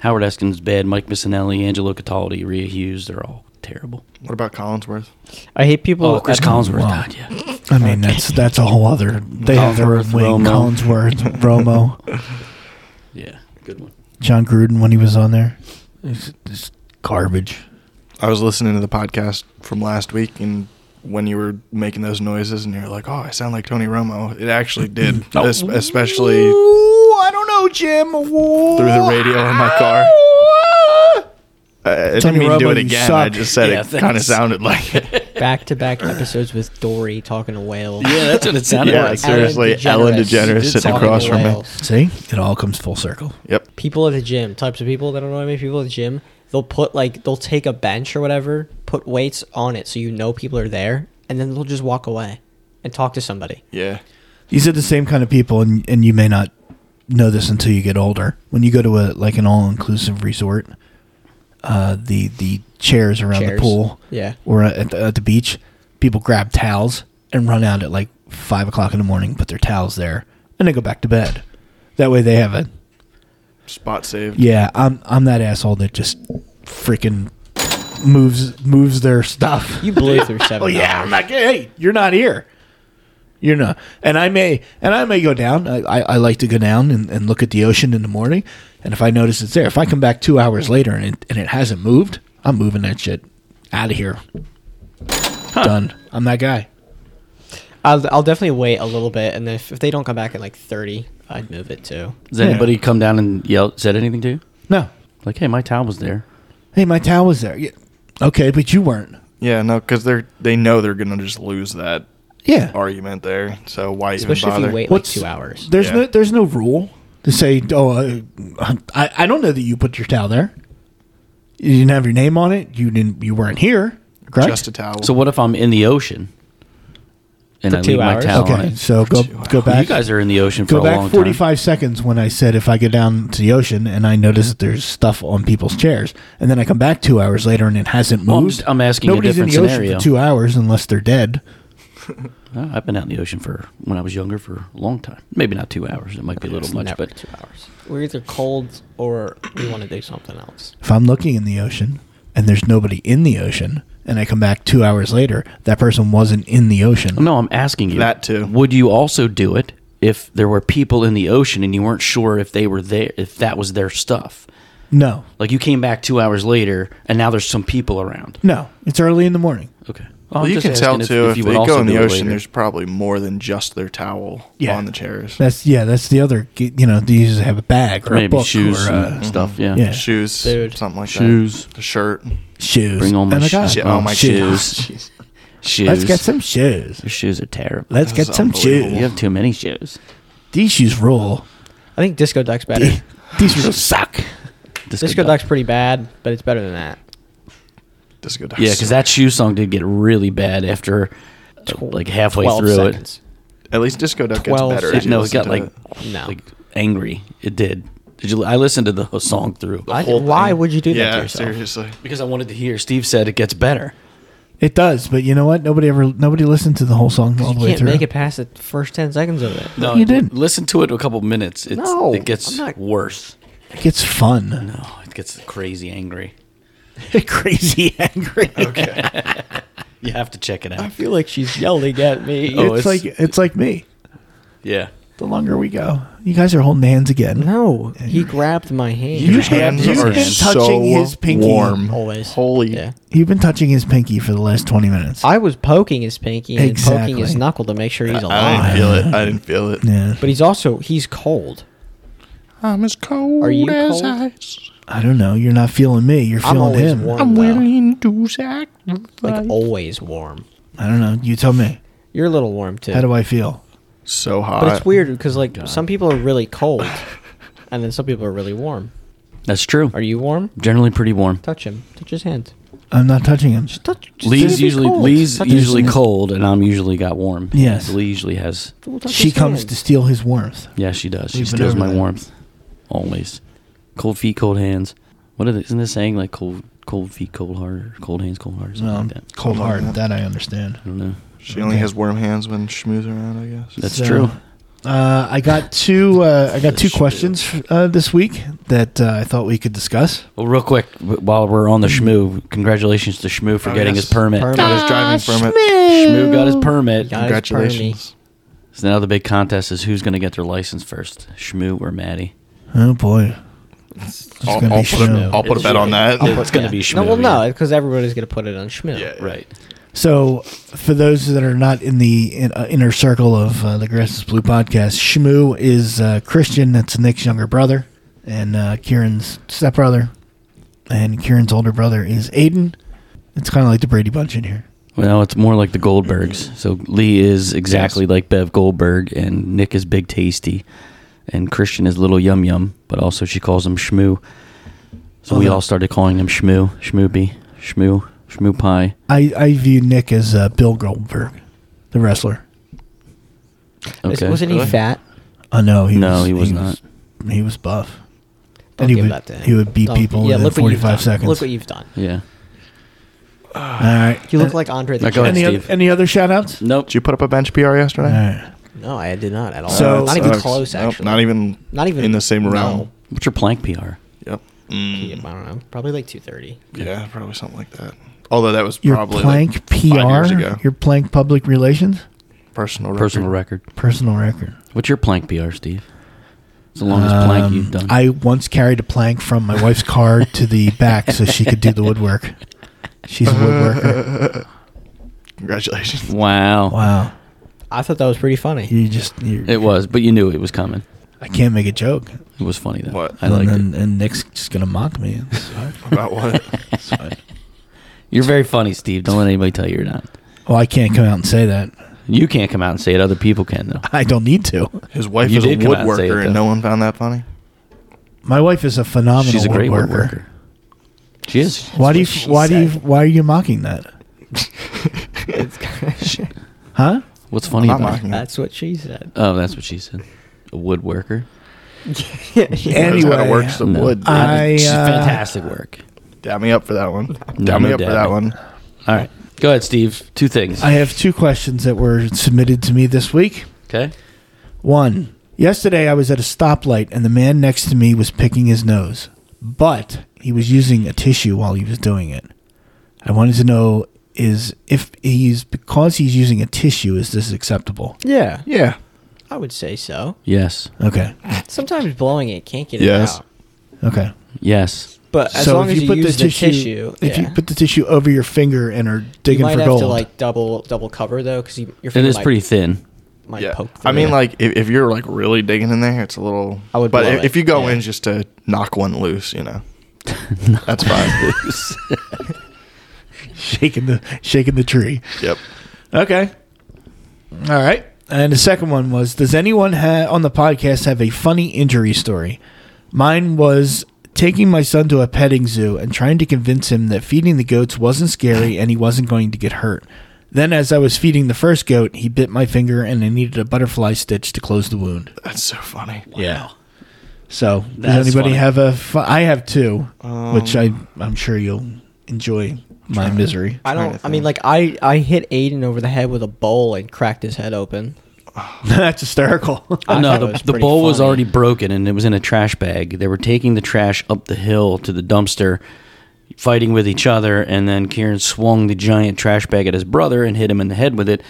S2: Howard Eskin's bad. Mike Missinelli, Angelo Cataldi, Rhea Hughes, they're all terrible.
S5: What about Collinsworth?
S3: I hate people.
S2: Oh, Chris
S3: at-
S2: Collinsworth,
S1: wow.
S2: God, yeah.
S1: I mean, that's that's a whole other. They have their own
S2: Collinsworth,
S1: wing.
S2: Romo.
S1: Collinsworth, Romo,
S2: yeah, good one.
S1: John Gruden when he was on there. It's just garbage.
S5: I was listening to the podcast from last week, and when you were making those noises, and you're like, "Oh, I sound like Tony Romo," it actually did,
S2: Oh.
S5: Es- especially
S1: I don't know, Jim.
S5: through the radio in my car. Uh, I
S1: Tony
S5: didn't mean to do
S1: Romo,
S5: it
S1: you
S5: again.
S1: suck.
S5: I just said
S2: Yeah,
S5: it kind of
S2: thanks.
S5: sounded like it.
S3: back-to-back episodes with Dory talking to whales.
S2: Yeah, that's what it sounded
S5: Yeah,
S2: like.
S5: it's- seriously, Ellen DeGeneres
S3: Did
S5: sitting
S3: talking
S5: across
S3: to
S5: from me.
S3: whales.
S1: See, it all comes full circle.
S5: Yep.
S3: People at the gym, types of people that don't know how many people at the gym, they'll put like they'll take a bench or whatever, put weights on it so you know people are there, and then they'll just walk away and talk to somebody.
S5: Yeah.
S1: These are the same kind of people, and and you may not know this until you get older. When you go to a like an all inclusive resort, uh, the the chairs around
S3: Chairs.
S1: the pool,
S3: Yeah.
S1: or at the, at the beach, people grab towels and run out at like five o'clock in the morning, put their towels there, and they go back to bed. That way they have a
S5: Spot saved.
S1: yeah. I'm I'm that asshole that just freaking moves moves their stuff.
S3: You blew through seven.
S1: Oh yeah,
S3: dollars.
S1: I'm not. Hey, you're not here. You're not. And I may and I may go down. I, I, I like to go down and, and look at the ocean in the morning. And if I notice it's there, if I come back two hours later and it, and it hasn't moved, I'm moving that shit out of here. Done. I'm that guy.
S3: I'll, I'll definitely wait a little bit, and if, if they don't come back at like 30, I'd move it too.
S2: Does anybody come down and yell, said anything to you?
S1: No.
S2: Like, hey, my towel was there.
S1: Hey, my towel was there. Yeah. Okay, but you weren't.
S5: Yeah. No, because they're they know they're gonna just lose that
S1: Yeah.
S5: argument there. So why
S3: Especially
S5: even bother?
S3: if you wait
S1: What's-
S3: like two hours.
S1: There's
S5: Yeah.
S1: no there's no rule to say oh uh, I I don't know that you put your towel there. You didn't have your name on it. You didn't. You weren't here. Correct?
S5: Just a towel.
S2: So what if I'm in the ocean and
S3: For
S2: I
S3: two
S2: leave my
S3: hours?
S2: towel on
S1: Okay,
S2: it?
S1: so go
S5: Two
S1: go
S5: hours.
S1: back.
S2: you guys are in the ocean for
S1: go
S2: a long
S1: back
S2: time.
S1: 45 seconds when I said if I go down to the ocean and I notice that there's stuff on people's chairs, and then I come back two hours later and it hasn't moved.
S2: Well, I'm just- I'm asking a
S1: Nobody's in
S2: different
S1: the
S2: scenario.
S1: ocean for two hours unless they're dead.
S2: Uh, I've been out in the ocean for when I was younger for a long time. Maybe not two hours. It might be a little
S3: It's
S2: much,
S3: never
S2: but
S3: two hours. We're either cold or we want to do something else.
S1: If I'm looking in the ocean and there's nobody in the ocean, and I come back two hours later, that person wasn't in the ocean.
S2: No, I'm asking you.
S5: That too.
S2: Would you also do it if there were people in the ocean and you weren't sure if they were there, if that was their stuff?
S1: No,
S2: Like you came back two hours later and now there's some people around.
S1: no, it's early in the morning.
S2: Okay.
S5: Well, you can tell too if, they go in the ocean. There's probably more than just their towel
S1: Yeah.
S5: on the chairs,
S1: That's yeah. That's the other. You know, they usually have a bag or a
S2: maybe
S1: book
S2: shoes
S1: or
S2: and
S1: uh,
S2: stuff. Yeah.
S1: yeah.
S5: shoes,
S3: Dude.
S5: something like
S2: Shoes.
S5: that. the shirt.
S1: shoes.
S2: Bring on my
S1: And I
S2: shoes.
S1: got-
S5: Shit,
S2: Oh,
S5: oh my
S2: shoes.
S5: shoes.
S2: Shoes.
S1: Let's get some shoes.
S2: Your shoes are terrible.
S1: Let's
S5: This
S1: get
S5: is
S1: some
S5: unbelievable.
S1: shoes.
S2: you have too many shoes.
S1: These shoes rule.
S3: I think Disco Duck's better.
S1: These shoes suck.
S3: Disco Duck's pretty bad, but it's better than that.
S5: Disco Ducks.
S2: Yeah, because that shoe song did get really bad after uh, like halfway
S3: 12
S2: through it.
S3: seconds.
S5: at least Disco Duck gets
S3: 12
S5: better.
S3: seconds.
S5: as
S2: It,
S5: you
S2: no, it
S5: listen
S2: got
S5: to
S2: like
S3: No.
S2: like angry. It did. Did you? I listened to the whole song through
S3: I,
S5: whole
S3: why
S5: thing.
S3: would you do that to
S5: Yeah,
S3: yourself?
S5: seriously.
S2: because I wanted to hear. Steve said it gets better.
S1: It does, but you know what? Nobody ever nobody listened to the whole song all
S3: You
S1: the way
S3: can't
S1: through.
S3: make it past the first 10 seconds of it.
S2: No,
S1: You didn't.
S2: listen to it a couple minutes. It's,
S3: No,
S2: it gets
S3: I'm not-
S2: worse.
S1: It gets fun.
S2: No, it gets crazy angry.
S1: Crazy angry.
S2: You have to check it out.
S3: I feel like she's yelling at me.
S2: Oh,
S1: it's,
S2: it's-
S1: like it's like me.
S2: Yeah,
S1: The longer we go. You guys are holding hands again.
S3: No, he grabbed my hand.
S1: You
S5: Your
S1: have-
S5: hands
S1: you've
S5: are
S1: been touching
S5: so
S1: his pinky.
S5: warm.
S3: Always.
S5: Holy.
S3: Yeah.
S1: You've been touching his pinky for the last twenty minutes.
S3: I was poking his pinky and poking
S1: Exactly.
S3: his knuckle to make sure he's
S5: I didn't
S3: alive.
S5: feel it. I didn't feel it.
S1: yeah.
S3: But he's also he's cold.
S5: I'm as cold
S3: Are you
S5: as
S3: cold?
S5: ice.
S1: I don't know. You're not feeling me. You're
S3: I'm
S1: feeling
S3: always
S1: him.
S3: warm.
S5: I'm
S3: though.
S5: willing to sacrifice.
S3: Like always warm.
S1: I don't know. You tell me.
S3: You're a little warm too.
S1: How do I feel?
S5: So hot.
S3: but it's weird because like
S2: God.
S3: some people are really cold, and then some people are really warm.
S2: That's true.
S3: Are you warm?
S2: Generally pretty warm.
S3: Touch him. Touch his hand.
S1: I'm not touching him.
S3: Just touch. Just let it
S2: Lee's
S3: be
S2: usually
S3: cold.
S2: Lee's
S3: Touch his-
S2: usually cold, and I'm usually got warm.
S1: Yes.
S2: Lee usually has.
S3: We'll touch
S1: She
S3: his
S1: comes
S3: hand.
S1: to steal his warmth.
S2: Yeah, she does. She
S1: We've been
S2: steals
S1: over
S2: my
S1: that.
S2: warmth, always. Cold feet, cold hands. What are they, isn't this saying like cold cold feet, cold heart, or cold hands, cold heart, or something
S1: Um,
S2: like that?
S1: cold
S5: Cold
S1: hard.
S5: hard.
S1: That I understand.
S2: I don't know.
S5: she only
S1: Okay.
S5: has warm hands when schmooze around, I guess.
S2: That's
S1: So,
S2: true.
S1: Uh, I got two. Uh, I got two
S2: Fish.
S1: questions uh, this week that uh, I thought we could discuss.
S2: Well, real quick, w- while we're on the Shmoo, congratulations to Shmoo for
S5: Oh,
S2: getting
S5: yes.
S2: his permit.
S3: Permit.
S5: Got his driving permit.
S2: Shmoo got his permit.
S3: Yeah.
S5: Congratulations.
S2: So now the big contest is who's going to get their license first, Shmoo or Maddie.
S1: Oh boy, it's
S5: I'll,
S1: gonna
S5: I'll
S1: be
S5: put a,
S1: Shmoo.
S5: I'll put a
S2: It's
S5: bet on that.
S2: Shmoo. It's gonna
S3: Yeah.
S2: be Schmoo,
S3: No, well, no,
S2: yeah.
S3: because everybody's gonna put it on Schmoo.
S5: Yeah.
S2: Right.
S1: So, for those that are not in the in, uh, inner circle of uh, the Grass is Blue podcast, Shmoo is uh, Christian. That's Nick's younger brother, and uh, Kieran's stepbrother, and Kieran's older brother is Aiden. It's kind of like the Brady Bunch in here.
S2: Well, it's more like the Goldbergs. So Lee is exactly like Bev Goldberg, and Nick is Big Tasty, and Christian is Little Yum Yum, but also she calls him Shmoo. So we
S1: Although-
S2: all started calling him Shmoo, Shmoopy, Shmoo, Shmoo Pie.
S1: I, I view Nick as uh, Bill Goldberg, the wrestler.
S3: Is-
S2: Okay.
S1: E?
S3: Wasn't he
S5: Really?
S3: fat?
S1: Oh no, he
S2: No,
S1: was,
S2: he was not.
S1: he was buff.
S3: Don't
S1: and he
S3: give
S1: would
S3: that to him.
S1: he would beat
S3: Don't-
S1: people
S3: yeah,
S1: within
S3: look what you've
S1: 45
S3: done.
S1: seconds.
S3: Look what you've done.
S2: Yeah. Uh,
S1: All right.
S3: You look like Andre the
S2: Now go
S3: Giant.
S2: ahead.
S1: any
S2: Steve.
S1: other, any other shout outs?
S2: Nope.
S5: Did you put up a bench PR yesterday?
S1: All right.
S3: No, I did not at all.
S1: So-
S3: not even
S5: Sucks.
S3: close.
S5: Nope,
S3: Actually,
S5: not even.
S3: Not even-
S5: in the same
S3: no.
S5: realm.
S2: What's your plank PR?
S5: Yep. Mm,
S3: Yeah, I don't know. Probably like two thirty.
S5: Yeah, probably something like that. Although that was
S1: Your
S5: probably
S1: plank
S5: like
S1: PR,
S5: five years ago.
S1: your plank public relations,
S5: personal record.
S2: Personal record.
S1: personal record.
S2: What's your plank PR, Steve? It's the longest plank
S1: Um,
S2: you've done.
S1: I once carried a plank from my wife's car to the back so she could do the woodwork. She's a woodworker.
S5: Congratulations.
S2: wow.
S1: Wow.
S3: I thought that was pretty funny.
S1: You just you
S2: It was, but you knew it was coming.
S1: I can't make a joke.
S2: It was funny though.
S5: What?
S2: I liked
S1: and,
S2: it.
S1: and Nick's just gonna mock me. It's fine.
S5: About what?
S1: It's fine.
S2: You're very funny, Steve. Don't let anybody tell you you're not.
S1: Well, I can't come out and say that.
S2: You can't come out and say it. Other people can though.
S1: I don't need to.
S5: His wife
S2: You
S5: is a
S2: did come out and say it,
S5: woodworker,
S2: though.
S5: and no one found that funny.
S1: My wife is a phenomenal
S2: She's a great
S1: woodworker.
S2: woodworker. She is.
S1: Why do you?
S3: That's what she
S1: Why do you?
S3: said.
S1: Why are you mocking that? Huh?
S2: What's funny
S5: I'm not
S2: about it?
S5: mocking.
S3: That's what she said.
S2: Oh, that's what she said. A woodworker.
S5: Knows how to
S1: Anyway,
S5: work some
S2: No.
S5: wood.
S1: I,
S2: She's
S1: uh,
S2: fantastic work.
S5: dab me up for that one.
S2: No, no
S5: Dab me up for that
S2: dabbing.
S5: one.
S2: All right. Go ahead, Steve. Two things.
S1: I have two questions that were submitted to me this week.
S2: okay.
S1: One, yesterday I was at a stoplight and the man next to me was picking his nose, but he was using a tissue while he was doing it. I wanted to know is if he's because he's using a tissue, is this acceptable?
S3: Yeah,
S5: Yeah.
S3: I would say so.
S2: Yes.
S1: Okay.
S3: Sometimes blowing it can't get
S5: Yes.
S3: it out.
S1: Okay.
S2: Yes.
S3: But as long as you, use the tissue,
S1: if
S3: yeah.
S1: you put the tissue over your finger and are
S3: you
S1: digging
S3: might
S1: for
S3: have
S1: gold,
S3: to like double double cover though, because you, your
S2: It
S3: finger
S2: is
S3: might,
S2: pretty thin.
S3: might
S5: Yeah.
S3: poke.
S5: I
S3: through
S5: mean,
S3: it.
S5: like if, if you're like really digging in there, it's a little.
S3: I would
S5: But
S3: blow
S5: if,
S3: it,
S5: if you go
S3: yeah.
S5: in just to knock one loose, you know, that's fine.
S1: shaking the shaking the tree.
S5: yep.
S1: Okay. All right. And the second one was Does anyone ha- on the podcast have a funny injury story? Mine was taking my son to a petting zoo and trying to convince him that feeding the goats wasn't scary and he wasn't going to get hurt. Then, as I was feeding the first goat, he bit my finger and I needed a butterfly stitch to close the wound.
S5: That's so funny.
S1: Yeah. So, does
S2: That's
S1: anybody
S2: funny.
S1: have a? fu- I have two, which I, I'm sure you'll enjoy my misery.
S3: I
S5: trying
S3: don't.
S5: to
S3: I mean,
S5: think.
S3: like I I hit Aiden over the head with a bowl and cracked his head open.
S1: That's hysterical.
S3: I
S2: Uh, no,
S3: thought it
S2: the,
S3: was
S2: the
S3: pretty
S2: bowl was
S3: funny.
S2: already broken and it was in a trash bag. They were taking the trash up the hill to the dumpster, fighting with each other, and then Kieran swung the giant trash bag at his brother and hit him in the head with it.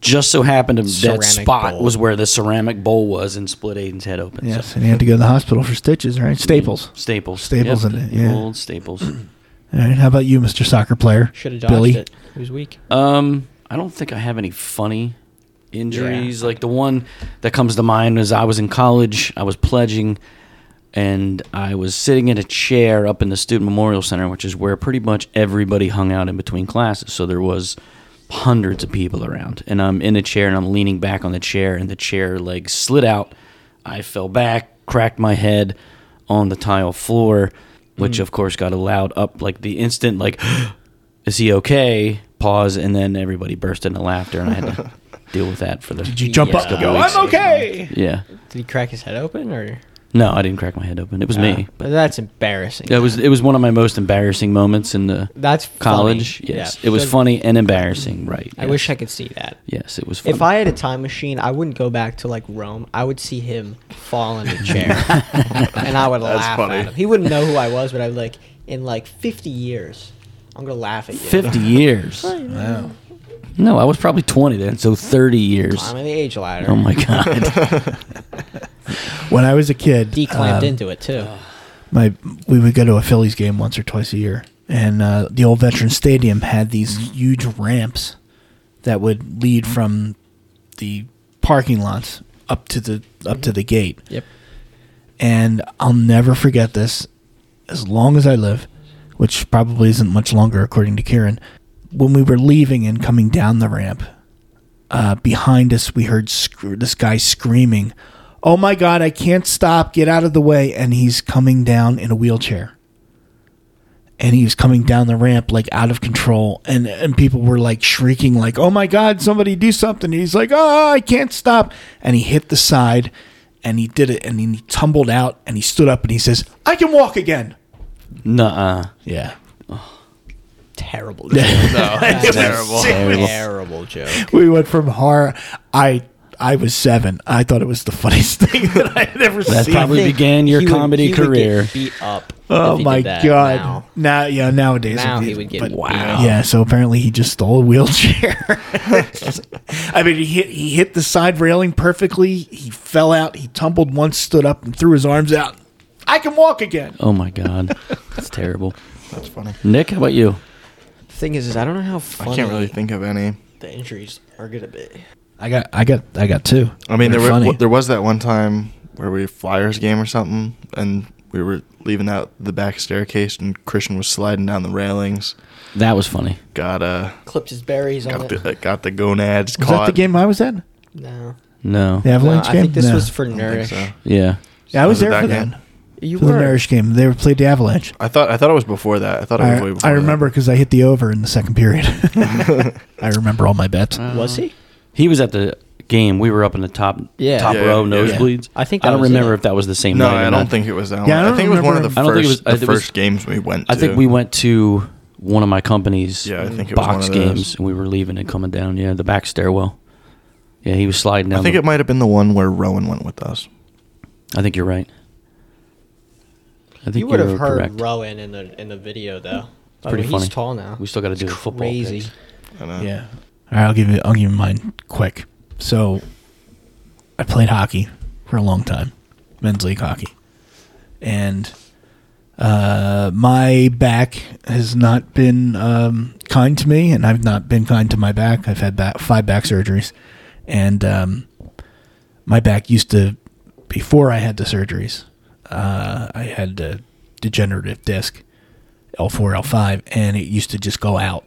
S2: Just so happened to- that
S3: Ceramic
S2: spot
S3: bowl.
S2: was where the ceramic bowl was and split Aiden's head open. so-
S1: Yes, and he had to go to the hospital for stitches, right? Staples.
S2: Staples.
S1: Staples
S2: Yep,
S1: in it,
S2: the
S1: yeah.
S2: Old Staples.
S1: All right, how about you, Mr. Soccer Player?
S3: Should have dodged
S1: Billy?
S3: it. He was weak.
S2: Um, I don't think I have any funny injuries. Like the one that comes to mind is I was in college, I was pledging, and I was sitting in a chair up in the Student Memorial Center, which is where pretty much everybody hung out in between classes. So there was hundreds of people around, and I'm in a chair and I'm leaning back on the chair, and the chair leg slid out. I fell back, cracked my head on the tile floor, which of course got a loud up like the instant like, is he okay? Pause, and then everybody burst into laughter, and I had to deal with that for the. Did
S1: you jump up and go,
S5: I'm okay.
S2: Yeah.
S3: Did he crack his head open or?
S2: No, I didn't crack my head open. It was me.
S3: Uh, that's embarrassing.
S2: It was it was one of my most embarrassing moments in the
S3: That's funny.
S2: college. Yes,
S3: Yeah.
S2: it was
S3: So-
S2: funny and embarrassing. Right.
S3: I wish I could see that.
S2: Yes, it was. Funny.
S3: If I had a time machine, I wouldn't go back to like Rome. I would see him fall in a chair, and I would laugh
S5: funny.
S3: at him. He wouldn't know who I was, but I'd like in like 50 years, I'm gonna laugh at you.
S2: fifty years.
S1: Wow.
S2: No, I was probably twenty then, so thirty years.
S3: I'm in the age ladder.
S2: Oh my god.
S1: When I was a kid,
S3: Declamped
S1: um,
S3: into it too.
S1: my we would go to a Phillies game once or twice a year, and uh, the old Veterans Stadium had these huge ramps that would lead from the parking lots up to the up to the gate.
S3: Yep.
S1: and I'll never forget this as long as I live, which probably isn't much longer, according to Kieran. When we were leaving and coming down the ramp, uh, behind us, we heard sc- this guy screaming, Oh my God, I can't stop. Get out of the way. And he's coming down in a wheelchair. And he was coming down the ramp like out of control, and and people were like shrieking, like "Oh my God, somebody do something!" And he's like, "Oh, I can't stop!" And he hit the side, and he did it, and then he tumbled out, and he stood up, and he says, "I can walk again."
S2: Nuh-uh.
S1: Yeah,
S3: Terrible. Joke.
S5: That's terrible.
S3: Terrible joke.
S1: we went from horror. I I was seven. I thought it was the funniest thing that I had ever
S2: That
S1: seen.
S2: probably
S3: I think
S2: began your
S3: he would-
S2: comedy
S3: he would get
S2: career.
S3: beat up.
S1: Oh
S3: if he
S1: my
S3: did that
S1: god! Now.
S3: now.
S1: yeah, nowadays
S3: Now
S1: it'd be-
S3: he would get
S1: but-
S3: beat Wow.
S1: Yeah, so apparently he just stole a wheelchair. I mean, he hit he hit the side railing perfectly. He fell out. He tumbled once, stood up, and threw his arms out. I can walk again.
S2: Oh my god. That's terrible.
S5: That's funny.
S2: Nick, how about you?
S3: The thing is, is I don't know how funny
S5: I can't really think of any.
S3: the injuries are gonna be.
S1: I got I got I got two.
S5: I mean, there
S1: They're
S5: was,
S1: funny.
S5: there was that one time where we Flyers game or something, and we were leaving out the back staircase, and Christian was sliding down the railings.
S2: That was funny.
S5: Got uh,
S3: Clipped his berries on
S5: got
S3: it.
S5: the got the gonads
S1: was that
S5: caught.
S1: the game I was at?
S3: No.
S2: No.
S1: The
S2: Yeah.
S3: No,
S1: Avalanche
S3: I
S1: game.
S3: think this
S1: No.
S3: was for
S5: I don't think
S3: nourish.
S5: so.
S2: Yeah.
S1: Yeah, I was,
S5: was it
S1: there
S5: that
S1: for
S5: game?
S1: that.
S3: You
S1: The Nourish game. They played the Avalanche.
S5: I thought I thought it was before that. I thought it was way
S1: I,
S5: before.
S1: I
S5: that.
S1: remember because I hit the over in the second period. I remember all my bets.
S3: Was he?
S2: He was at the game. We were up in the top
S3: Yeah.
S2: top
S5: Yeah,
S2: row
S5: yeah.
S2: nosebleeds.
S3: I think
S2: I
S3: that
S2: don't
S3: was
S2: remember
S3: it.
S2: if that was the same
S5: No,
S2: night or
S5: I
S2: not.
S5: don't think it was that one.
S1: Yeah, I
S5: I,
S1: don't
S5: think it was one of the
S1: remember-
S2: I don't think it was-
S5: first
S2: I
S5: the
S2: think it was-
S5: first games we went. to.
S2: I think we went to one of my company's
S5: Yeah, I think it
S2: box
S5: was one of those.
S2: games, and we were leaving and coming down. Yeah, the back stairwell. Yeah, he was sliding down.
S5: I think
S2: the-
S5: it might have been the one where Rowan went with us.
S2: I think you're right. I think
S3: You would have
S2: you're
S3: heard
S2: correct.
S3: Rowan in the in the video though. By the
S2: pretty
S3: way,
S2: funny.
S3: He's tall now.
S2: We still got to do the football.
S3: Crazy.
S2: picks.
S5: I know.
S1: Yeah. All right, I'll give you. I'll give you mine quick. So, I played hockey for a long time, men's league hockey, and uh, my back has not been um, kind to me, and I've not been kind to my back. I've had back, five back surgeries, and um, my back used to before I had the surgeries. Uh, I had a degenerative disc, L4, L5, and it used to just go out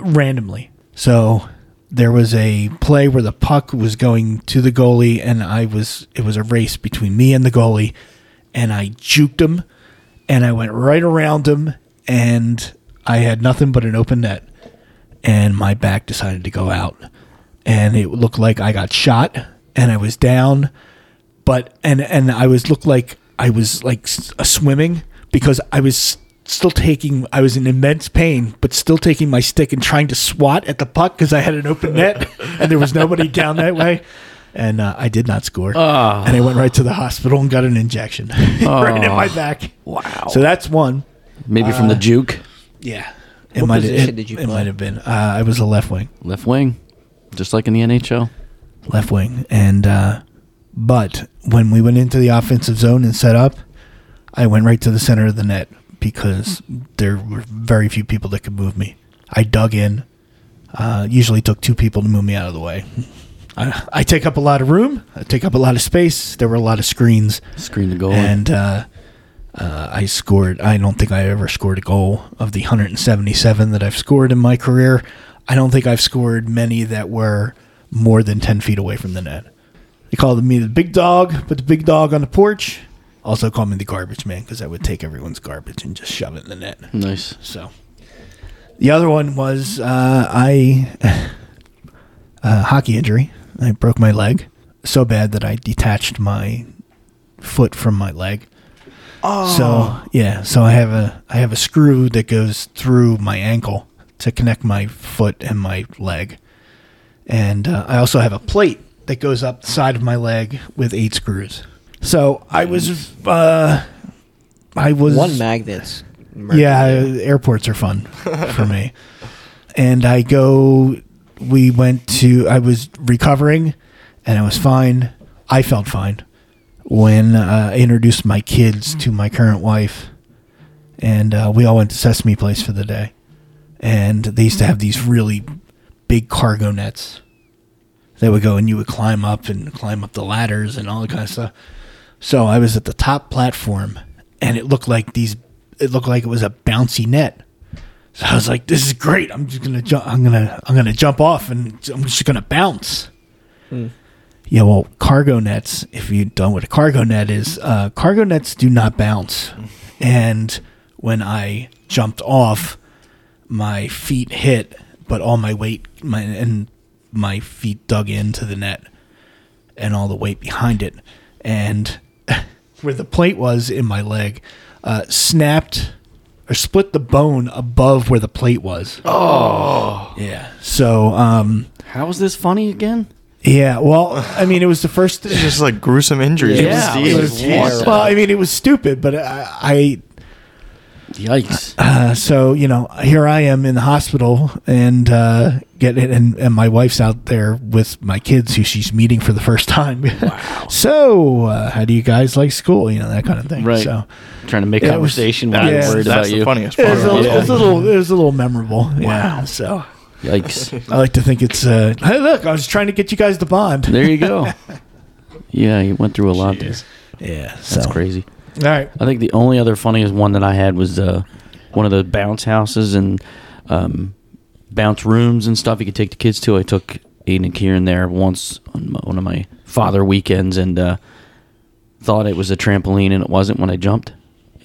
S1: randomly. So there was a play where the puck was going to the goalie, and I was it was a race between me and the goalie, and I juked him, and I went right around him, and I had nothing but an open net, and my back decided to go out, and it looked like I got shot, and I was down, but and and I was looked like I was like s- uh, swimming because I was still taking I was in immense pain but still taking my stick and trying to swat at the puck because I had an open net and there was nobody down that way and uh, I did not score
S3: Oh.
S2: Ah.
S1: and I went right to the hospital and got an injection right in my
S3: Oh.
S1: back
S2: Wow.
S1: so that's one
S2: Maybe from the
S1: Uh,
S2: juke,
S1: yeah it
S3: What
S1: might
S3: position
S1: it,
S3: did you
S1: it
S3: play?
S1: might have been uh, I was a left wing
S2: left wing, just like in the NHL.
S1: left wing. And uh, but when we went into the offensive zone and set up, I went right to the center of the net because there were very few people that could move me. I dug in. Uh, usually took two people to move me out of the way. I, I take up a lot of room. I take up a lot of space. There were a lot of screens,
S2: Screen the goal.
S1: and uh, uh, I scored. I don't think I ever scored a goal of the 177 that I've scored in my career. I don't think I've scored many that were more than 10 feet away from the net. They called me the big dog, put the big dog on the porch. Also called me the garbage man because I would take everyone's garbage and just shove it in the net.
S2: Nice.
S1: So the other one was uh, I uh, hockey injury. I broke my leg so bad that I detached my foot from my leg. Oh. So yeah, so I have a I have a screw that goes through my ankle to connect my foot and my leg, and uh, I also have a plate that goes up the side of my leg with eight screws. So I was uh, I was
S3: One magnet's.
S1: yeah, airports are fun for me. And I go, we went to, I was recovering and I was fine. I felt fine when uh, I introduced my kids to my current wife. And uh, we all went to Sesame Place for the day. And they used to have these really big cargo nets that would go and you would climb up and climb up the ladders and all that kind of stuff. So I was at the top platform, and it looked like these. It looked like it was a bouncy net. So I was like, "This is great! I'm just gonna jump. I'm gonna. I'm gonna jump off, and I'm just gonna bounce." Yeah, well, cargo nets. If you don't know what a cargo net is, uh, cargo nets do not bounce. And when I jumped off, my feet hit, but all my weight, my and my feet dug into the net, and all the weight behind it, and where the plate was in my leg, uh, snapped or split the bone above where the plate was. Oh, yeah. So, um,
S2: How is this funny again?
S1: yeah. Well, I mean, it was the first.
S5: Just like gruesome injuries.
S2: Yeah,
S5: It was
S2: it
S5: the-
S2: was
S5: Jesus.
S2: terrible.
S1: Well, I mean, it was stupid, but I,
S2: Yikes.
S1: I uh, so you know, here I am in the hospital and uh, getting, and and my wife's out there with my kids who she's meeting for the first time. so, uh, how do you guys like school? You know that kind of thing.
S2: Right.
S1: So
S2: Trying to make
S1: Yeah, it was-
S2: conversation
S1: yeah,
S2: while I'm
S1: that's-
S2: worried about
S5: That's the
S2: you.
S5: funniest
S1: it
S5: part.
S1: was, a,
S5: of
S1: little-
S5: it.
S1: it was a little, it was a little memorable. Wow. So
S2: Yikes.
S1: I like to think it's. Uh, hey, look, I was trying to get you guys to bond.
S2: There you go. Yeah, you went through a lot there.
S1: Yeah. So
S2: That's crazy.
S1: All right.
S2: I think the only other funniest one that I had was uh, one of the bounce houses and um, bounce rooms and stuff you could take the kids to. I took Aiden and Kieran there once on my, one of my father weekends and uh, thought it was a trampoline and it wasn't when I jumped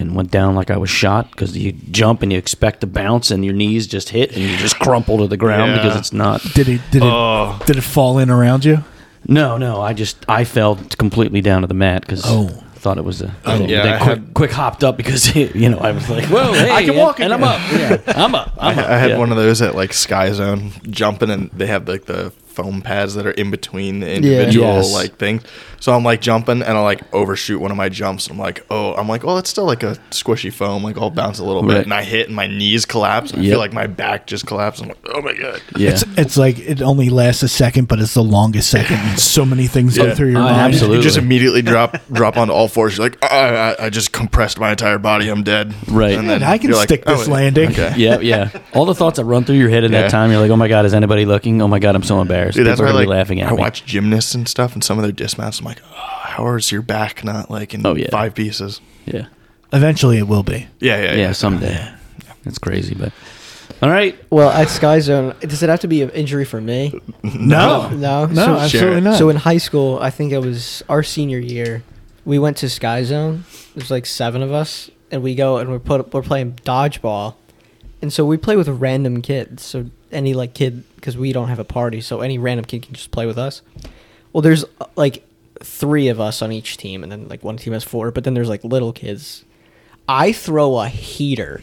S2: and went down like I was shot because you jump and you expect to bounce and your knees just hit and you just crumple to the ground
S5: Yeah.
S2: because it's not.
S1: Did it? Did it? Did it fall in around you?
S2: No, no, I just I fell completely down to the mat because
S1: Oh.
S2: thought it was a
S5: Oh,
S2: thing.
S5: yeah,
S2: Then
S5: I
S2: quick,
S5: had-
S2: quick hopped up because you know I was like, whoa, hey,
S1: I can walk
S2: and, and I'm up, yeah, I'm up,
S5: I,
S2: I'm up.
S5: I had
S2: yeah.
S5: one of those at like Sky Zone jumping, and they have like the foam pads that are in between the individual
S2: Yes.
S5: like things. So I'm like jumping, and I like overshoot one of my jumps. And I'm like, oh, I'm like, well, it's still like a squishy foam. Like I'll bounce a little
S2: Right.
S5: bit, and I hit, and my knees collapse. And I
S2: Yep.
S5: feel like my back just collapsed. I'm like, oh my god.
S2: Yeah.
S1: It's, it's like it only lasts a second, but it's the longest second. And so many things go
S5: Yeah.
S1: through your
S2: Oh,
S1: mind.
S2: absolutely.
S5: You just immediately drop drop onto all fours. You're like, "Ah, I, I, I just compressed my entire body. I'm dead.
S2: Right.
S5: And then
S1: I can
S5: you're like,
S1: stick
S5: "Oh,
S1: this landing."
S5: Okay.
S2: yeah, yeah. All the thoughts that run through your head at
S5: Yeah.
S2: that time, you're like, oh my god, is anybody looking? Oh my god, I'm so embarrassed.
S5: Dude, that's
S2: People
S5: why
S2: are
S5: like
S2: gonna be laughing at
S5: I
S2: me.
S5: watch gymnasts and stuff, and some of their dismounts. I'm like, oh, how is your back not like in
S2: Oh, yeah.
S5: five pieces?
S2: yeah,
S1: Eventually, it will be.
S5: Yeah, yeah,
S2: yeah, someday. It's crazy, but all right.
S3: Well, at Sky Zone, does it have to be an injury for me?
S1: No,
S3: No.
S1: no,
S3: So-
S1: absolutely
S5: Sure.
S1: not.
S3: So in high school, I think it was our senior year. We went to Sky Zone. There's like seven of us, and we go and we're put we're playing dodgeball, and so we play with random kids. So any like kid, because we don't have a party, so any random kid can just play with us. Well, there's uh, like three of us on each team, and then like one team has four, but then there's like little kids. I throw a heater,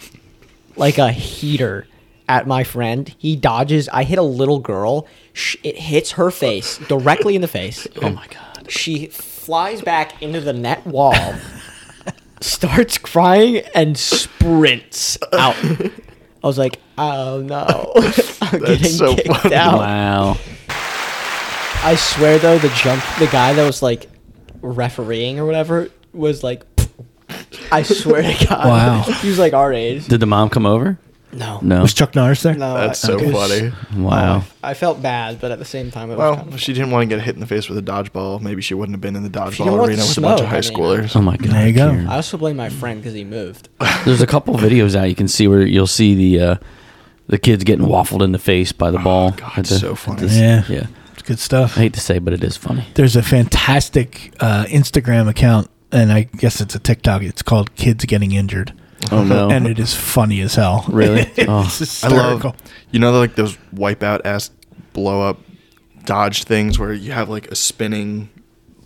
S3: like a heater, at my friend. He dodges. I hit a little girl. Sh- It hits her face directly in the face.
S2: Oh my god.
S3: She flies back into the net wall, starts crying, and sprints out. I was like, oh no. I'm getting
S5: so
S3: kicked
S5: funny.
S3: out.
S2: Wow.
S3: I swear though, the jump, the guy that was like refereeing or whatever was like, I swear to God,
S1: Wow.
S3: he was like our age.
S2: Did the mom come over?
S3: No,
S2: No.
S1: was Chuck Norris there?
S3: no,
S5: That's
S3: I-
S5: so
S3: it was-
S5: funny.
S2: Wow.
S3: I felt bad, but at the same time, it was
S5: Well,
S3: kind
S5: if
S3: of
S5: she didn't want to get hit in the face with a dodgeball, maybe she wouldn't have been in the
S3: didn't
S5: dodgeball
S3: want
S5: arena
S3: the
S5: with a bunch of
S3: smoke,
S5: high
S3: I mean.
S5: schoolers.
S2: Oh my god.
S1: There you go.
S2: Kieran.
S3: I also blame my friend because he moved.
S2: There's a couple videos out you can see where you'll see the uh, the kid's getting waffled in the face by the ball.
S5: God,
S2: at the-
S5: so funny.
S2: at the-
S1: Yeah,
S2: yeah.
S1: it's good stuff.
S2: I hate to say, but it is funny.
S1: There's a fantastic uh, Instagram account, and I guess it's a TikTok. It's called Kids Getting Injured,
S2: Oh no!
S1: and it is funny as hell.
S2: Really?
S1: it's
S2: Oh.
S5: I
S1: hysterical.
S5: love, you know, like those wipeout ass blow up dodge things where you have like a spinning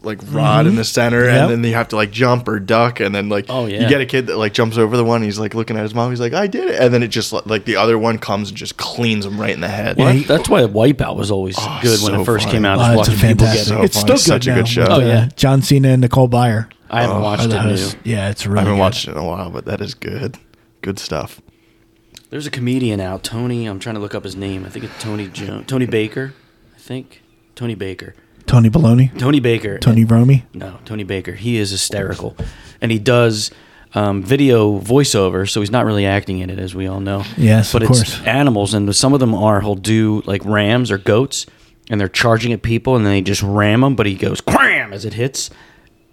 S5: like rod in the center
S1: Yep.
S5: and then you have to like jump or duck and then like
S2: Oh, yeah.
S5: you get a kid that like jumps over the one he's like looking at his mom he's like I did it and then it just like the other one comes and just cleans him right in the head
S2: Well, that- that's why Wipeout was always
S5: Oh,
S2: good when
S5: so
S2: it first
S5: funny.
S2: came out.
S1: Oh,
S2: Just
S1: it's a
S2: watching people get
S1: fantastic.
S2: it.
S5: So
S1: it's
S5: funny.
S1: still
S5: Such
S1: good
S5: a
S1: now
S5: good show.
S1: with,
S5: Oh,
S1: uh,
S2: yeah.
S1: John Cena and Nicole Byer.
S2: I haven't watched
S1: are the
S2: it. New.
S1: hosts. Yeah, it's really.
S5: I haven't
S1: good.
S5: watched it in a while but that is good good stuff
S2: There's a comedian out, Tony. I'm trying to look up his name. I think it's Tony jo- Tony Baker. I think Tony Baker.
S1: Tony Baloney,
S2: Tony Baker.
S1: Tony Romy.
S2: No, Tony Baker. He is hysterical, and he does um, video voiceover, so he's not really acting in it, as we all know.
S1: Yes,
S2: but
S1: of
S2: it's
S1: course.
S2: animals, and some of them are he'll do like rams or goats, and they're charging at people, and then they just ram them, but he goes cram as it hits.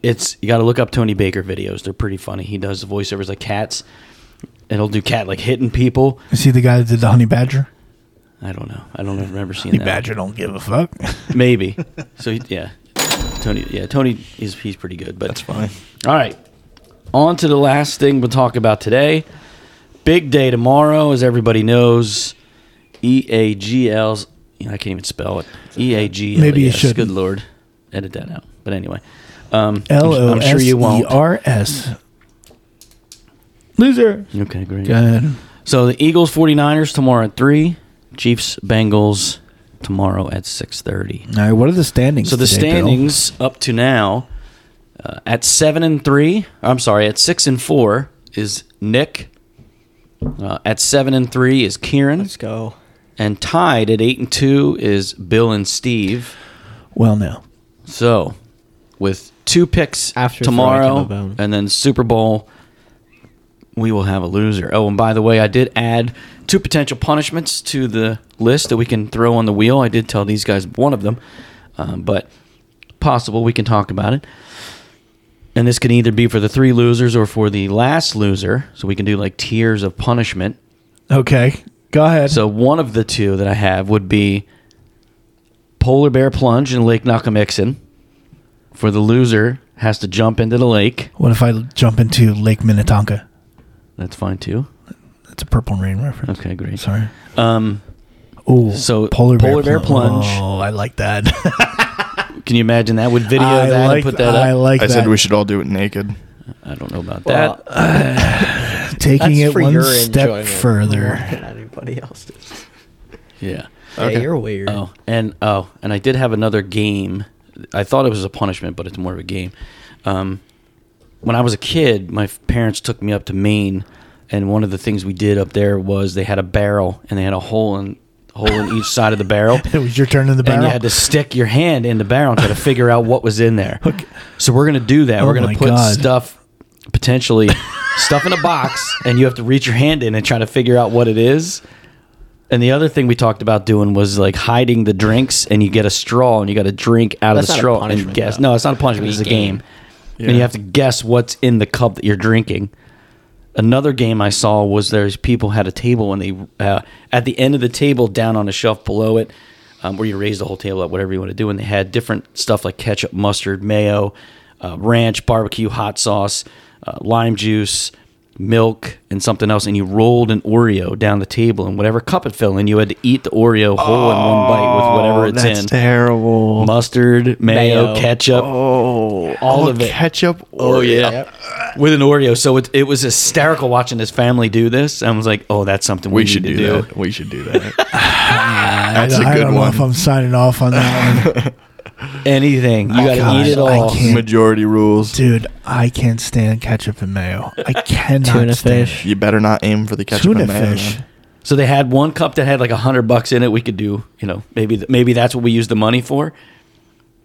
S2: It's you got to look up Tony Baker videos. They're pretty funny. He does the voiceovers like cats, and he'll do cat like hitting people.
S1: Is he the guy that did the Honey Badger?
S2: I don't know. I don't remember seeing
S1: Honey
S2: that.
S1: Badger don't give a fuck.
S2: Maybe. So he- yeah, Tony. Yeah, Tony is he's pretty good. But
S5: that's fine
S2: all right, on to the last thing we'll talk about today. Big day tomorrow, as everybody knows. E A G L's. I can't even spell it. E A G.
S1: Maybe you shouldn't.
S2: Good lord, edit that out. But anyway, um, I'm-
S1: L O
S2: I'm
S1: S
S2: sure
S1: E
S2: you won't.
S1: R S. Loser.
S2: Okay, great.
S1: E Go ahead.
S2: So the Eagles 49ers tomorrow at 3, Chiefs Bengals tomorrow at 6:30.
S1: All right. What are the standings?
S2: So the
S1: today, Bill?
S2: standings up to now, uh, at seven and three. I'm sorry, at six and four is Nick. Uh, at seven and three is Kieran,
S3: Let's go.
S2: and tied at eight and two is Bill and Steve.
S1: Well, no.
S2: So, with two picks
S3: After
S2: tomorrow
S3: throwing him a bone.
S2: and then Super Bowl, we will have a loser. Oh, and by the way, I did add two potential punishments to the list that we can throw on the wheel. I did tell these guys one of them, um, but possible we can talk about it. And this can either be for the three losers or for the last loser. So we can do like tiers of punishment.
S1: Okay. Go ahead.
S2: So one of the two that I have would be polar bear plunge in Lake Nakamixin. For the loser has to jump into the lake.
S1: what if I jump into Lake Minnetonka?
S2: That's fine too.
S1: That's a Purple Rain reference.
S2: Okay, great.
S1: Sorry.
S2: Um,
S1: Oh,
S2: So, polar bear plunge.
S1: Oh, I like that.
S2: can you imagine that? Would video
S1: I
S2: that
S1: like,
S2: and put that
S1: I
S2: up?
S1: like
S5: I
S1: that.
S5: said we should all do it naked
S2: I don't know about
S3: Well,
S2: that.
S1: Taking
S3: that's
S1: it
S3: for
S1: one
S3: your
S1: step
S3: enjoyment more
S1: further.
S3: than anybody else's.
S2: Yeah.
S3: Okay. you're weird.
S2: Oh, and oh, and I did have another game. I thought it was a punishment, but it's more of a game. Um, when I was a kid, my f- parents took me up to Maine, and one of the things we did up there was they had a barrel and they had a hole in hole in each side of the barrel.
S1: It was your turn in the
S2: And
S1: barrel.
S2: you had to stick your hand in the barrel and try to figure out what was in there. So we're gonna do that.
S1: Oh
S2: we're gonna
S1: my
S2: put
S1: God.
S2: stuff potentially stuff in a box, and you have to reach your hand in and try to figure out what it is. And the other thing we talked about doing was like hiding the drinks, and you get a straw, and you got to drink out of
S3: That's not
S2: the
S3: a
S2: straw and
S3: punishment,
S2: guess.
S3: though.
S2: No, it's not a punishment.
S3: It's
S2: It's
S3: a
S2: a game, and
S5: Yeah.
S2: you have to guess what's in the cup that you're drinking. Another game I saw was there's people had a table and they uh, at the end of the table down on a shelf below it, um, where you raise the whole table up, whatever you want to do, and they had different stuff like ketchup, mustard, mayo, uh, ranch, barbecue, hot sauce, uh, lime juice, milk, and something else, and you rolled an Oreo down the table, and whatever cup it fell in, you had to eat the Oreo whole in one bite with whatever it's in.
S5: Oh, terrible
S2: Mustard, mayo,
S3: Mayo.
S2: ketchup,
S5: oh
S2: all of it.
S5: ketchup
S2: Oh yeah,
S3: Yep.
S2: with an Oreo. So it, it was hysterical watching this family do this. I was like, oh, that's something we,
S5: we should
S2: need
S5: do,
S2: to do.
S5: that we should do that
S1: I,
S5: that's a
S1: I
S5: good
S1: don't know
S5: one
S1: if I'm signing off on that one.
S2: Anything you got to
S1: God,
S2: eat it
S1: Oh, I
S2: all.
S1: can't.
S5: majority rules
S1: Dude, I can't stand ketchup and mayo. I cannot
S3: Tuna
S1: stand
S3: fish.
S5: You better not aim for the ketchup
S1: Tuna
S5: and mayo.
S1: fish.
S5: man.
S2: So they had one cup that had like a hundred bucks in it. We could do, you know, maybe th- maybe that's what we use the money for.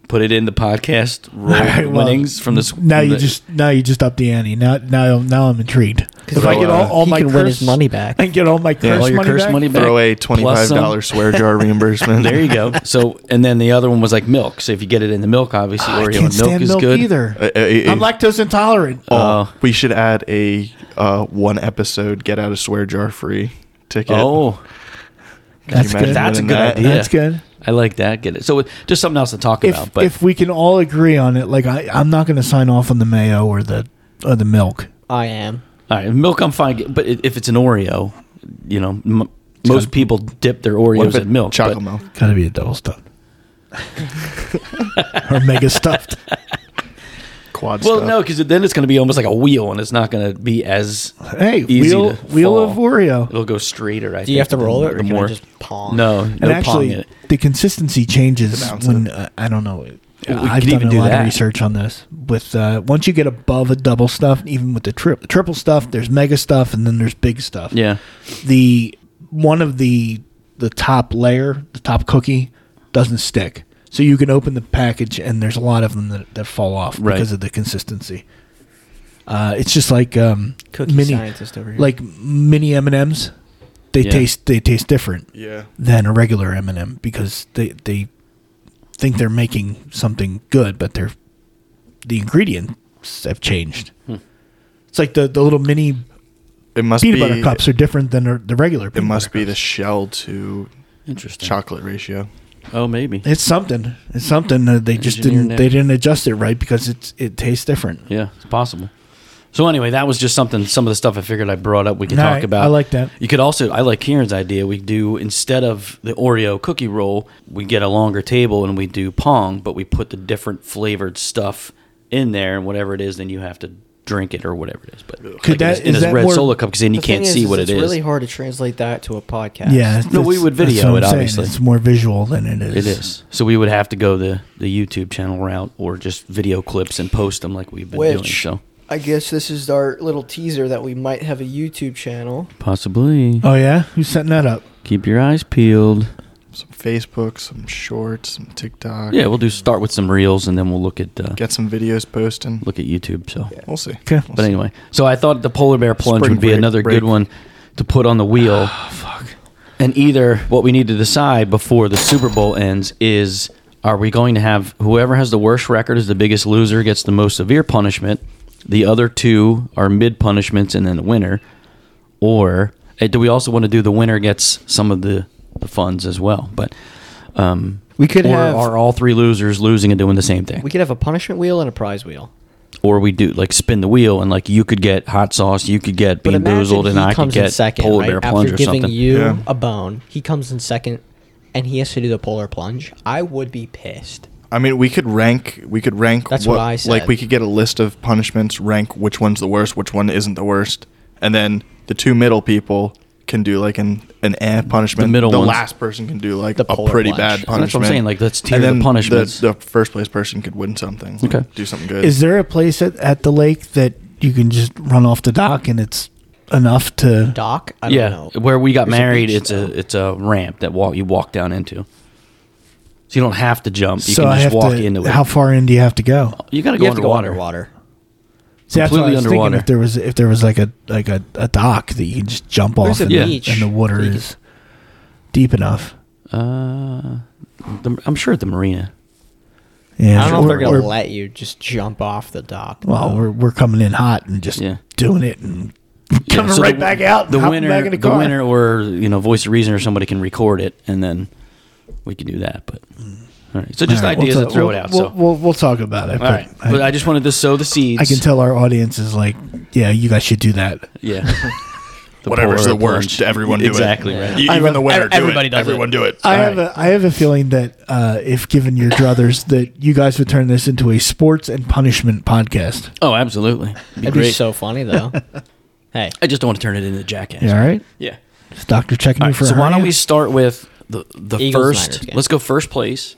S2: Put it in the podcast roll
S1: All right, well,
S2: winnings from this.
S1: Now
S2: from
S1: you
S2: the-
S1: just now you just up the ante. Now now now I'm intrigued. If I
S5: Throw,
S1: get all,
S5: uh,
S1: all
S3: he
S1: my
S3: can
S1: curse,
S3: win his money back.
S1: and get all my curse
S2: all your
S1: money
S2: curse
S1: back.
S2: money back.
S5: Throw a
S2: plus
S5: twenty-five
S2: some-
S5: dollar swear jar reimbursement.
S2: There you go. So and then the other one was like milk. So if you get it in the milk, obviously
S1: Ah, I
S2: Oreo
S1: can't
S2: and milk
S1: stand
S2: is
S1: milk
S2: good.
S1: either.
S5: Uh, uh, uh,
S1: I'm lactose intolerant.
S5: oh,
S2: uh,
S5: we should add a uh, one episode get out of swear jar free ticket.
S2: Oh,
S1: That's
S5: imagine
S1: good.
S2: That's a
S5: than
S2: good
S5: that?
S2: idea.
S1: That's good.
S2: I like that. Get it. So just something else to talk about.
S1: If,
S2: But
S1: if we can all agree on it, like I, I'm not going to sign off on the mayo or the or the milk.
S3: I am.
S2: all right, milk I'm fine. But i- if it's an Oreo, you know, m- most people dip their Oreos
S5: What if it-
S2: in milk.
S5: Chocolate
S2: but-
S5: milk.
S1: Got to be a double stuffed or mega stuffed.
S5: Quad
S2: Well,
S5: stuff.
S2: no, because then it's going to be almost like a wheel, and it's not going to be as
S1: Hey,
S2: easy
S1: wheel
S2: to
S1: wheel
S2: fall.
S1: of Oreo.
S2: It'll go straighter. I
S3: Do you have to roll it, or
S2: the
S3: can I
S2: more-
S3: just pong?
S2: No,
S1: And actually, the consistency changes
S5: To balance
S1: when uh, I don't know.
S2: Well, we
S1: I've
S2: could
S1: done
S2: even
S1: a
S2: do
S1: lot
S2: that.
S1: of research on this. With uh, once you get above a double stuff, even with the tri- triple stuff, there's mega stuff, and then there's big stuff.
S2: yeah,
S1: the one of the the top layer, the top cookie, doesn't stick. So you can open the package, and there's a lot of them that, that fall off
S2: Right.
S1: because of the consistency. Uh, it's just like um,
S3: Cookie
S1: mini,
S3: scientist over here.
S1: like mini M and M's. They
S2: Yeah.
S1: taste they taste different
S5: Yeah.
S1: than a regular M and m because they they think they're making something good, but they're the ingredients have changed.
S2: Hmm.
S1: It's like the, the little mini
S5: It must
S1: peanut
S5: be
S1: butter cups are different than the the regular.
S5: It
S1: peanut
S5: must
S1: butter
S5: be
S1: cups.
S5: the shell to
S2: interesting.
S5: chocolate ratio.
S2: Oh, maybe.
S1: It's something. It's something that they just
S2: Engineer
S1: didn't.
S2: Nick.
S1: They didn't adjust it right because it's it tastes different.
S2: Yeah, it's possible. So anyway, that was just something. Some of the stuff I figured I brought up. We could
S1: All
S2: talk
S1: right,
S2: about.
S1: I like that.
S2: You could also. I like Kieran's idea. We do instead of the Oreo cookie roll, we get a longer table and we do pong, but we put the different flavored stuff in there and whatever it is, then you have to drink it or whatever it is. But like in
S1: that-
S2: this- in
S1: is
S2: this
S1: that
S2: red
S1: more-
S2: solo cup because then you
S3: The thing
S2: can't see what
S3: it's
S2: it is.
S3: really hard to translate that to a podcast.
S1: Yeah.
S2: No, we
S1: that's-
S2: would
S1: that's
S2: video
S1: what
S2: it,
S1: I'm saying.
S2: obviously.
S1: it's more visual than it is.
S2: It is. So we would have to go the, the YouTube channel route or just video clips and post them like we've been doing.
S3: Which
S2: So
S3: I guess this is our little teaser that we might have a YouTube channel.
S2: possibly
S1: Oh yeah, who's setting that up?
S2: keep your eyes peeled.
S5: Some Facebook, some shorts, some TikTok.
S2: Yeah, we'll do start with some reels and then we'll look at uh,
S5: Get some videos posting.
S2: look at YouTube. So,
S3: Yeah.
S5: We'll see.
S1: Okay.
S5: We'll
S2: but
S5: see.
S2: anyway, so I thought the polar bear plunge
S5: Spring
S2: would be
S5: break-
S2: another
S5: break.
S2: good one to put on the wheel. And either what we need to decide before the Super Bowl ends is are we going to have whoever has the worst record is the biggest loser gets the most severe punishment. The other two are mid punishments and then the winner. Or eh, do we also want to do the winner gets some of the, the funds as well? But um,
S3: We could
S2: or
S3: have-
S2: are all three losers losing and doing the same thing?
S3: We could have a punishment wheel and a prize wheel.
S2: or we do like spin the wheel and like you could get hot sauce, you could get
S3: But
S2: bean
S3: imagine
S2: boozled, and
S3: he
S2: I could
S3: comes in
S2: get
S3: second,
S2: polar
S3: right?
S2: bear plunge
S3: After
S2: or
S3: giving
S2: something.
S3: you
S5: Yeah.
S3: a bone, he comes in second, and he has to do the polar plunge. I would be pissed.
S5: I mean, we could rank. We could rank.
S3: That's what I said.
S5: Like, we could get a list of punishments, rank which one's the worst, which one isn't the worst, and then the two middle people can do like an an eh punishment.
S2: The middle ones.
S5: last person can do like
S3: The
S5: a
S3: polar
S5: pretty
S3: plunge.
S5: bad
S3: That's
S2: what I'm
S5: punishment.
S2: saying, like, let's tier
S5: and
S2: the
S5: then
S2: punishments.
S5: The, the first place person could win something. like,
S2: Okay.
S5: do something good.
S1: Is there a place at, at the lake that you can just run off the dock and it's enough to?
S3: Doc, I don't
S2: Yeah,
S3: know.
S2: where we got
S3: There's a
S2: married,
S3: beach,
S2: it's
S3: though.
S2: a it's a ramp that walk you walk down into. So you don't have to jump; you
S1: so
S2: can
S1: I have
S2: just walk
S1: to.
S2: into it.
S1: How far in do you have to go?
S2: you got to
S3: you
S2: go
S3: have to go
S2: underwater.
S3: underwater.
S1: See, that's what I
S2: Completely
S1: was
S2: underwater.
S1: Thinking if there was if there was like a like a, a dock that you can just jump off
S3: There's a
S1: and, the-
S3: beach
S1: and the water
S3: that you can-
S1: is deep enough.
S2: Uh, the, I'm sure at the marina.
S1: Yeah,
S3: I don't know if
S1: or-
S3: they're gonna
S1: or-
S3: let you just jump off the dock.
S1: Well,
S3: though.
S1: we're we're coming in hot and just
S2: Yeah.
S1: doing it and
S2: Yeah,
S1: coming
S2: so
S1: right
S2: the-
S1: back out.
S2: The
S1: hopping
S2: winner,
S1: back in the,
S2: the
S1: car.
S2: winner, or you know, voice of reason, or somebody can record it, and then we can do that. But all right, so just
S1: All right,
S2: ideas
S1: we'll
S2: to
S1: ta-
S2: throw
S1: we'll-
S2: it out.
S1: We'll,
S2: so
S1: we'll we'll talk about it.
S2: all right,
S1: but
S2: but
S1: I,
S2: I just wanted to sow the seeds.
S1: I can tell our audience is like, yeah, you guys should do that.
S2: Yeah. The
S5: Whatever's
S2: polar
S5: the worst,
S2: plunge.
S5: everyone do it.
S2: exactly right.
S5: You-
S1: I
S5: even
S1: love-
S5: the winner?
S2: everybody
S5: do
S2: does it.
S5: it. Everyone do it.
S1: I
S2: All
S1: have
S2: right.
S1: a I have a feeling that uh, if given your druthers, that you guys would turn this into a sports and punishment podcast.
S2: Oh, absolutely. Be
S3: That'd be
S2: great.
S3: so funny though. hey,
S2: I just don't want to turn it into jackass.
S1: You all right?
S2: Yeah.
S1: Is doctor checking
S2: All
S1: you
S2: right,
S1: for
S2: so
S1: a
S2: why don't
S1: hernia?
S2: we start with the the
S3: Eagles, Niners
S2: first?
S3: game.
S2: Let's go first place,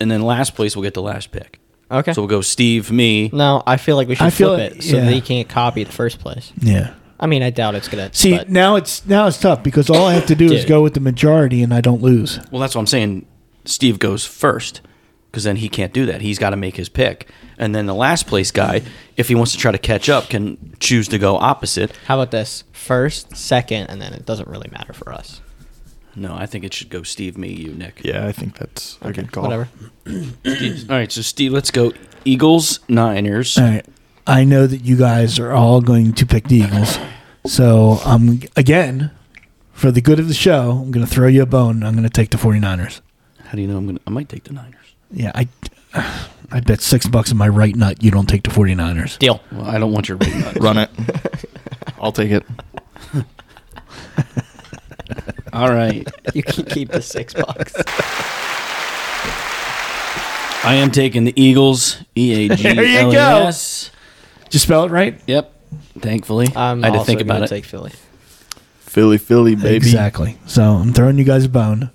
S2: and then last place we'll get the last pick.
S3: okay.
S2: So we'll go Steve, me.
S3: no, I feel like we should
S1: I feel
S3: flip
S1: like-
S3: it so
S1: yeah.
S3: they can't copy the first place.
S1: Yeah.
S3: I mean, I doubt it's gonna.
S1: See
S3: but-
S1: now it's now it's tough because all I have to do is
S3: Dude.
S1: go with the majority and I don't lose.
S2: Well, that's what I'm saying. Steve goes first because then he can't do that. He's got to make his pick, and then the last place guy, if he wants to try to catch up, can choose to go opposite.
S3: how about this? First, second, and then it doesn't really matter for us.
S2: No, I think it should go Steve, me, you, Nick.
S5: Yeah, I think that's a good call.
S3: Whatever.
S2: All right, so Steve, let's go Eagles, Niners.
S1: All right. I know that you guys are all going to pick the Eagles. So I'm um, again for the good of the show, I'm going to throw you a bone. I'm going to take the 49ers.
S2: How do you know I'm gonna? I might take the Niners.
S1: Yeah, I I bet 6 bucks on my right nut you don't take the 49ers.
S3: Deal.
S2: Well, I don't want your big nuts.
S5: Run it. I'll take it.
S2: All right,
S3: You can keep the six bucks.
S2: I am taking the Eagles. E A G L
S1: you
S2: E
S1: go.
S2: S.
S1: Did you spell it right?
S2: Yep. Thankfully,
S3: I'm
S2: I had to
S3: also
S2: think about
S3: gonna
S2: it.
S3: Take Philly,
S5: Philly, Philly, baby.
S1: Exactly. So I'm throwing you guys a bone.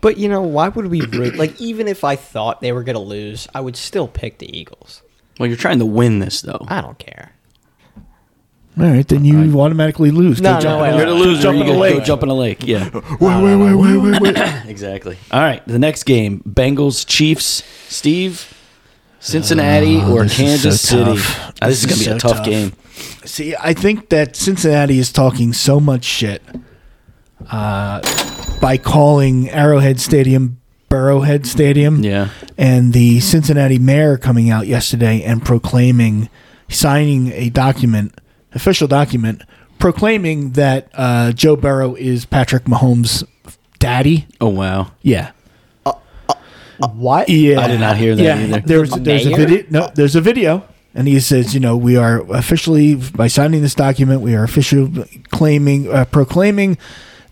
S3: but you know why would we root? Like even if I thought they were gonna lose, I would still pick the Eagles.
S2: well, you're trying to win this though.
S3: I don't care.
S1: All right, then you automatically lose.
S3: No, no,
S1: jump
S3: wait,
S1: in a
S3: wait,
S1: lake.
S2: You're the
S3: wait.
S1: Go
S2: loser.
S1: Jump
S2: You
S1: in a
S2: go,
S1: lake.
S2: go jump in a lake. Yeah.
S5: Wait, wait, wait, wait, wait, wait.
S2: Exactly. All right. The next game Bengals, Chiefs, Steve, Cincinnati,
S1: Oh,
S2: or
S1: this is
S2: Kansas
S1: so
S2: City.
S1: tough.
S2: Ah, this, is
S1: This
S2: going
S1: is
S2: to be a
S1: so
S2: tough,
S1: tough.
S2: game.
S1: See, I think that Cincinnati is talking so much shit uh, by calling Arrowhead Stadium Burrowhead Stadium.
S2: Yeah.
S1: And the Cincinnati mayor coming out yesterday and proclaiming, signing a document, official document, proclaiming that uh, Joe Burrow is Patrick Mahomes' daddy.
S2: Oh, wow.
S1: Yeah.
S3: what?
S1: Yeah,
S2: I did not hear that either.
S1: There's there's a
S3: Mayor?
S1: video. No, there's a video, and he says, you know, we are officially by signing this document, we are officially claiming uh, proclaiming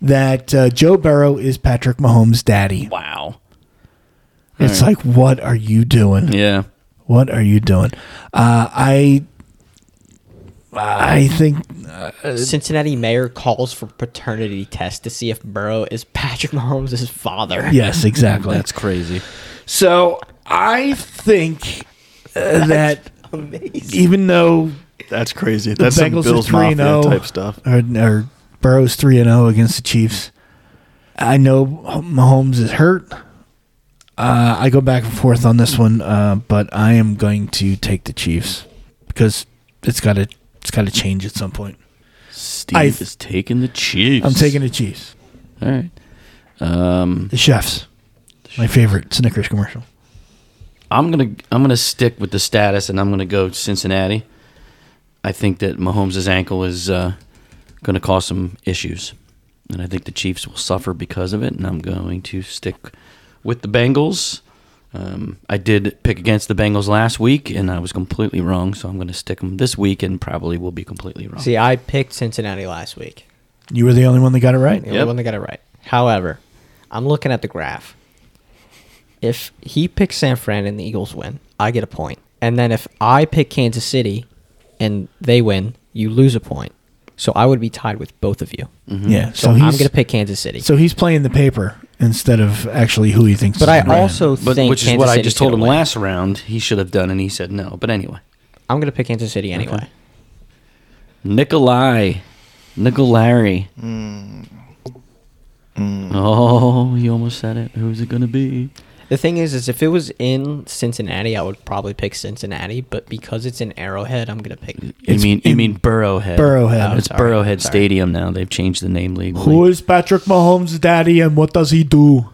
S1: that uh, Joe Burrow is Patrick Mahomes' daddy.
S2: Wow.
S1: It's like, what are you doing?
S2: Yeah.
S1: What are you doing? Uh, I I think
S3: Cincinnati mayor calls for paternity test to see if Burrow is Patrick Mahomes' father.
S1: yes, exactly.
S2: That's crazy.
S1: so I think uh, that even though
S5: That's crazy.
S1: the
S5: That's some
S1: Bengals
S5: Bills
S1: are three
S5: Mafia
S1: and oh. zero
S5: type stuff.
S1: Or, or Burrow's three and zero against the Chiefs. I know Mahomes is hurt. Uh, I go back and forth on this one, uh, but I am going to take the Chiefs because it's got to it's got to change at some point.
S2: Steve
S1: I-
S2: is taking the Chiefs.
S1: I'm taking the Chiefs,
S2: All right. Um,
S1: the chefs, my favorite Snickers commercial.
S2: I'm gonna I'm gonna stick with the status, and I'm gonna go Cincinnati. I think that Mahomes' ankle is uh, gonna cause some issues, and I think the Chiefs will suffer because of it. And I'm going to stick with the Bengals. Um, I did pick against the Bengals last week, and I was completely wrong. So I'm going to stick them this week, and probably will be completely wrong.
S3: See, I picked Cincinnati last week.
S1: You were the only one that got it right.
S3: The only
S2: Yep.
S3: one that got it right. However, I'm looking at the graph. If he picks San Fran and the Eagles win, I get a point. And then if I pick Kansas City and they win, you lose a point. So I would be tied with both of you.
S1: Yeah, so,
S3: Mm-hmm. So
S1: he's
S3: I'm going to pick Kansas City.
S1: so he's playing the paper instead of actually who he thinks.
S3: but
S1: is
S3: I
S1: gonna win.
S3: also
S2: but
S3: think
S2: which is
S3: Kansas
S2: what I
S3: City's
S2: just told him
S3: gonna win.
S2: last round. He should have done, and he said no. But anyway,
S3: I'm going to pick Kansas City anyway.
S2: Nikolai, Nicolari.
S1: Mm.
S2: Oh, he almost said it. Who's it gonna be?
S3: The thing is, is if it was in Cincinnati, I would probably pick Cincinnati. But because it's in Arrowhead, I'm gonna pick.
S2: You
S1: It's
S2: mean you
S1: in-
S2: mean Burrowhead?
S1: Burrowhead.
S3: Oh,
S2: It's
S3: sorry,
S2: Burrowhead
S3: sorry.
S2: Stadium now. They've changed the name legally.
S1: Who is Patrick Mahomes' daddy and what does he do?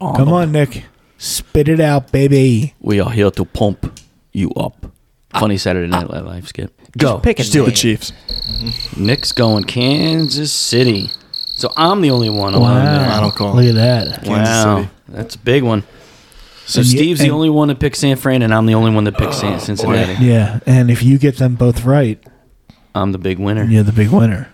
S1: Come on, Nick. Nick. Spit it out, baby.
S2: Oh, We are here to pump you up. Funny Saturday Night Live skip. Go.
S3: pick a
S5: Just do the
S3: name.
S5: Chiefs.
S2: Nick's going Kansas City. So I'm the only one alone.
S1: Wow.
S2: now.
S5: Final call.
S1: Look at that.
S5: Kansas
S2: Wow.
S5: City.
S2: That's a big one. So
S1: And you-
S2: Steve's
S1: and- Oh,
S2: the only one that picked San Fran, and I'm the only one that picked San Cincinnati.
S1: Yeah, and if you get them both right,
S2: I'm the big winner.
S1: you're the big winner.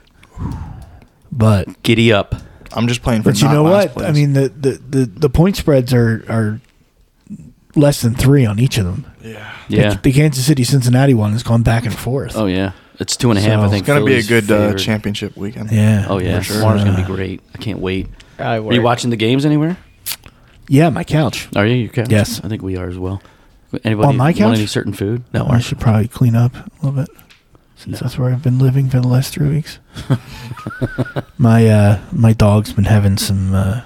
S1: But
S2: Giddy up.
S5: I'm just playing for.
S1: but you
S5: not
S1: know
S5: last
S1: what?
S5: place.
S1: I mean the, the, the, the point spreads are, are less than three on each of them.
S5: yeah.
S2: Yeah.
S1: The, the Kansas City Cincinnati one has gone back and forth.
S2: Oh yeah, it's two and a half.
S1: So-
S2: I think
S5: It's gonna be a
S2: Philly's
S5: good uh,
S2: favorite.
S5: championship weekend.
S1: Yeah.
S2: Oh yeah,
S1: for sure. Uh,
S2: tomorrow's gonna be great. I can't wait.
S3: I
S2: Are you watching the games anywhere?
S1: Yeah, my couch.
S2: Are you? Your couch?
S1: Yes.
S2: I think we are as well. Anybody
S1: On my
S2: want
S1: couch?
S2: any certain food? No,
S1: Oh, I
S2: ours.
S1: should probably clean up a little bit since that's where I've been living for the last three weeks. my uh, my dog's been having some uh,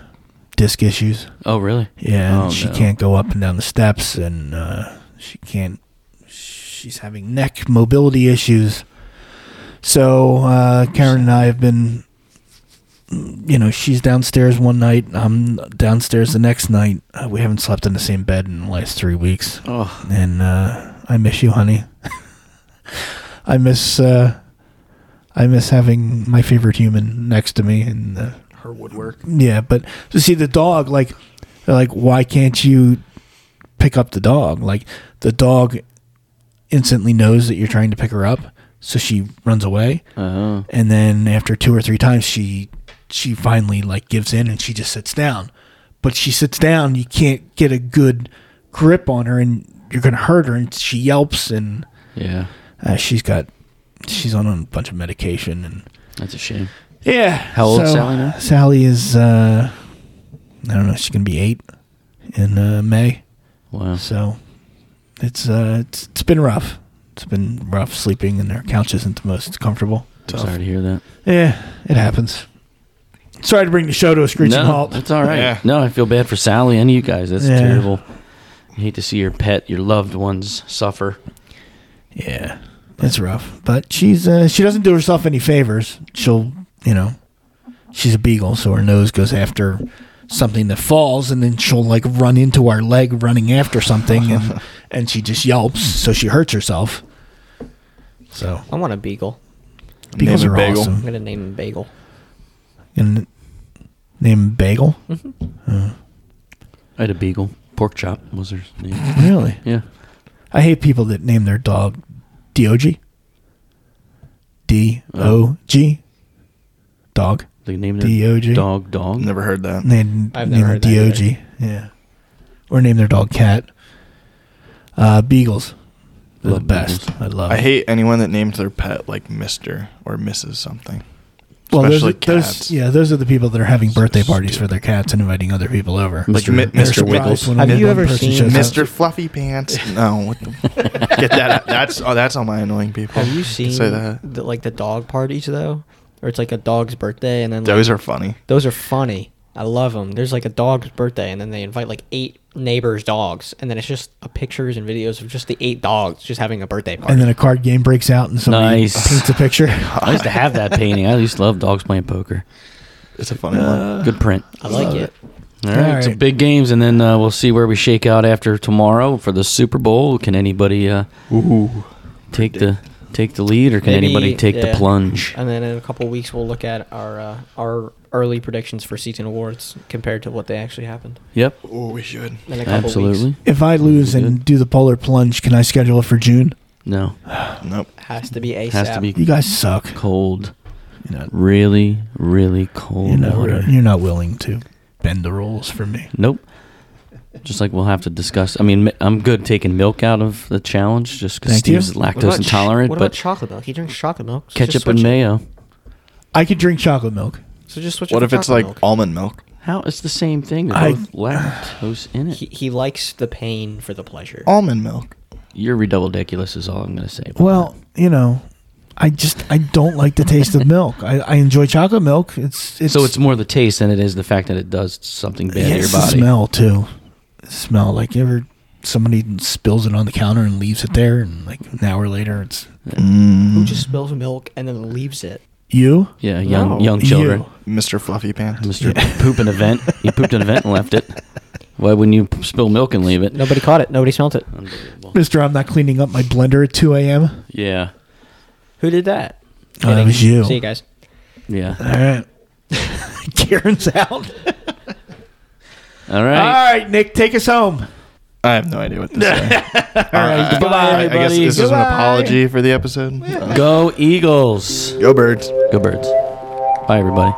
S1: disc issues.
S2: Oh really?
S1: Yeah, and
S2: Oh,
S1: she
S2: no.
S1: can't go up and down the steps, and uh, she can't. She's having neck mobility issues. So uh, Karen and I have been, you know, she's downstairs one night, I'm downstairs the next night. Uh, we haven't slept in the same bed in the last three weeks
S2: Oh,
S1: and uh, I miss you, honey. I miss uh, I miss having my favorite human next to me and uh,
S5: Her woodwork.
S1: yeah, but to see the dog, like, they're like, why can't you pick up the dog? Like, the dog instantly knows that you're trying to pick her up, so she runs away.
S2: Uh-huh.
S1: And then after two or three times, she she finally like gives in and she just sits down. But she sits down, you can't get a good grip on her, and you're gonna hurt her. And she yelps, and
S2: Yeah.
S1: uh, she's got she's on a bunch of medication and.
S2: That's a shame.
S1: Yeah. How
S2: old's Sally now?
S1: Sally is, uh, I don't know, she's going to be eight in uh, May.
S2: Wow.
S1: So it's, uh, it's it's been rough. It's been rough sleeping, and our couch isn't the most comfortable.
S2: I'm sorry to hear that.
S1: Yeah, it happens. Sorry to bring the show to a screeching
S2: no,
S1: halt.
S2: That's all right.
S5: Yeah.
S2: No, I feel bad for Sally and you guys. That's
S1: Yeah.
S2: terrible. I hate to see your pet, your loved ones suffer.
S1: Yeah, it's rough. But she's uh, she doesn't do herself any favors. She'll you know, she's a beagle, so her nose goes after something that falls, and then she'll like run into our leg running after something, and and she just yelps, so she hurts herself. So
S3: I want a beagle.
S1: beagles
S5: Name
S1: are
S5: a bagel.
S3: I'm
S1: awesome.
S3: gonna name him Bagel.
S1: And name bagel.
S2: I had a beagle. Pork chop was her name.
S1: Really,
S2: Yeah.
S1: I hate people that name their dog Dog. D O G. Dog.
S2: They named it
S1: D-O-G?
S2: Dog Dog.
S5: Never heard that.
S1: Named
S3: I've
S1: name
S3: never
S1: their
S3: heard that either.
S1: dog. Yeah, or name their dog cat. Uh, beagles, They're the
S2: Love
S1: best.
S2: beagles.
S1: I love.
S5: I hate anyone that names their pet like Mister or Mrs. something.
S1: well, those,
S5: especially
S1: are- those-
S5: cats.
S1: yeah, those are the people that are having
S5: So
S1: birthday parties for
S5: stupid.
S1: their cats and inviting other people over.
S5: Like
S2: Mr.
S5: Mi-
S1: They're
S5: Mr.
S1: surprised
S5: Wiggles.
S1: when
S3: Have
S1: only
S3: you
S1: one
S3: ever
S1: person
S3: seen
S1: shows up.
S5: Mr. Fluffy Pants. No, what the, get that. Out. That's oh, that's on my annoying people.
S3: Have you
S5: to
S3: seen
S5: Say that.
S3: The, like the dog parties though, or it's like a dog's birthday and then like,
S5: Those are funny.
S3: those are funny. I love them. There's like a dog's birthday and then they invite like eight neighbors' dogs and then it's just uh, pictures and videos of just the eight dogs just having a birthday party.
S1: And then a card game breaks out and somebody
S2: Nice.
S1: paints a picture.
S2: I used to have that painting. I used to love dogs playing poker.
S5: It's a funny
S1: Uh,
S5: one.
S2: Good print.
S3: I like
S1: Love
S3: it.
S1: it.
S2: All right,
S1: All
S2: so
S1: right.
S2: big games, and then uh, we'll see where we shake out after tomorrow for the Super Bowl. Can anybody uh, take the take the lead, or can
S3: Maybe-
S2: anybody take the
S3: yeah.
S2: plunge?
S3: And then in a couple weeks we'll look at our uh, our early predictions for season awards compared to what they actually happened.
S2: Yep,
S5: Oh, we should.
S3: In a couple
S2: absolutely.
S3: weeks.
S1: If I lose and do the polar plunge, can I schedule it for June?
S2: No,
S5: Nope.
S3: Has to be ASAP.
S2: has to be
S1: You guys suck.
S2: cold,
S1: You're not,
S2: really, really cold
S1: you're not,
S2: water.
S1: you're not willing to bend the rules for me.
S2: Nope. Just like we'll have to discuss. I mean, mi- I'm good taking milk out of the challenge just because
S1: Thank
S2: Steve's
S1: you.
S3: What
S2: lactose
S3: about ch-
S2: intolerant.
S3: What about
S2: but
S3: chocolate milk? He drinks chocolate milk. so just
S2: ketchup
S3: switch
S2: and
S3: it.
S2: mayo.
S1: I could drink chocolate milk.
S3: So just switch. it
S5: What
S3: to
S5: if it's
S3: chocolate
S5: like
S3: milk.
S5: almond milk?
S2: How it's the same thing. They're
S1: I-
S2: both lactose in it.
S3: He, he likes the pain for the pleasure.
S5: Almond milk.
S2: You're ridiculous. Is all I'm gonna say. about
S1: Well, you know, I just I don't like the taste of milk. I, I enjoy chocolate milk. It's
S2: that.
S1: it's
S2: so it's more the taste than it is the fact that it does something bad
S1: yeah,
S2: to your
S1: it's the
S2: body.
S1: smell too. The smell like you ever somebody spills it on the counter and leaves it there, and like an hour later it's
S3: Who
S5: Mm.
S3: just spills milk and then leaves it?
S1: you.
S2: Yeah, young
S3: No.
S2: young
S1: You.
S2: children.
S5: Mr. Fluffy Pants.
S2: Mr. Poop an event. He pooped an event and left it. Why wouldn't you p- spill milk and leave it?
S3: Nobody caught it. Nobody smelled it.
S2: Unbelievable.
S1: Mister, I'm not cleaning up my blender at 2 a.m.
S2: Yeah,
S3: Who did
S1: Oh,
S3: that?
S1: that
S3: Kidding.
S1: was you.
S3: See you guys.
S1: All
S2: yeah.
S1: right. Karen's out.
S2: All right.
S1: All right, Nick, take us home.
S5: I have no idea what this is.
S2: right, goodbye,
S5: I guess
S2: everybody.
S5: this is an
S1: Goodbye.
S5: apology for the episode. Uh,
S2: Go Eagles.
S5: Go birds.
S2: Go birds. Bye everybody.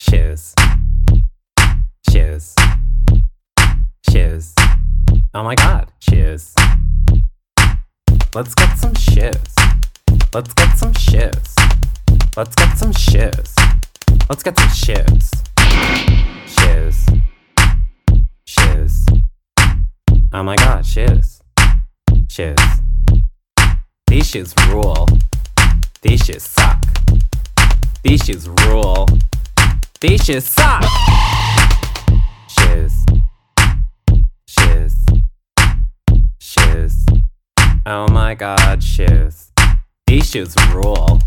S4: Shoes. Shoes. Shoes. Oh my god, shoes. Let's get some shoes. Let's get some shoes. Let's get some shoes. Let's get some shoes. Shoes. Shoes. Oh my god, shoes. Shoes. These shoes rule. These shoes suck. These shoes rule. These shoes suck. Shoes. Shoes. Shoes. Oh my god, shoes. These shoes rule.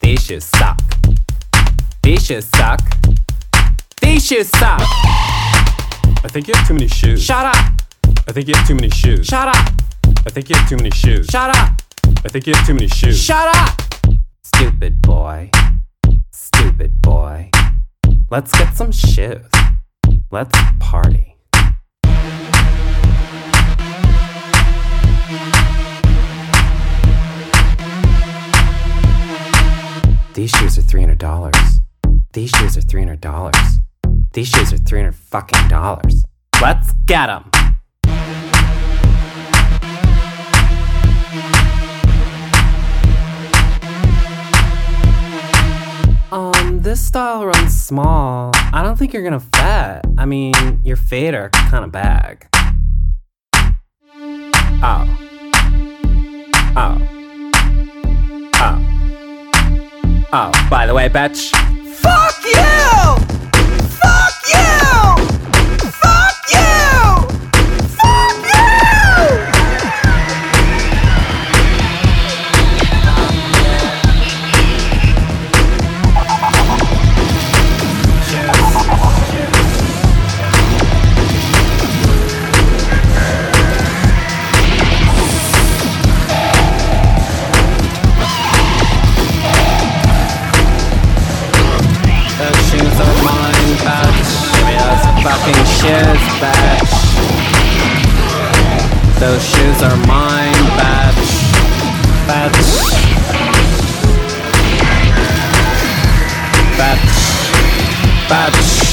S4: These shoes suck. These shoes suck. These shoes suck. I think you have too many shoes.
S6: Shut up!
S4: I think you have too many shoes.
S6: Shut up!
S4: I think you have too many shoes.
S6: Shut up!
S4: I think you have too many shoes.
S6: Shut up! Stupid boy. Stupid boy. Let's get some shoes. Let's party. These shoes are $300. These shoes are $300. These shoes are 300 fucking dollars. Let's get 'em. Um, this style runs small. I don't think you're gonna fit. I mean, your fader kind of bag. Oh. Oh. Oh. Oh, by the way, bitch. Fuck you! Fuck you! Fuck you! Fuck you! The shoes are mine, bitch. Give me those fucking shoes, bitch. Those shoes are mine, bitch. Bitch. Bitch. Bitch.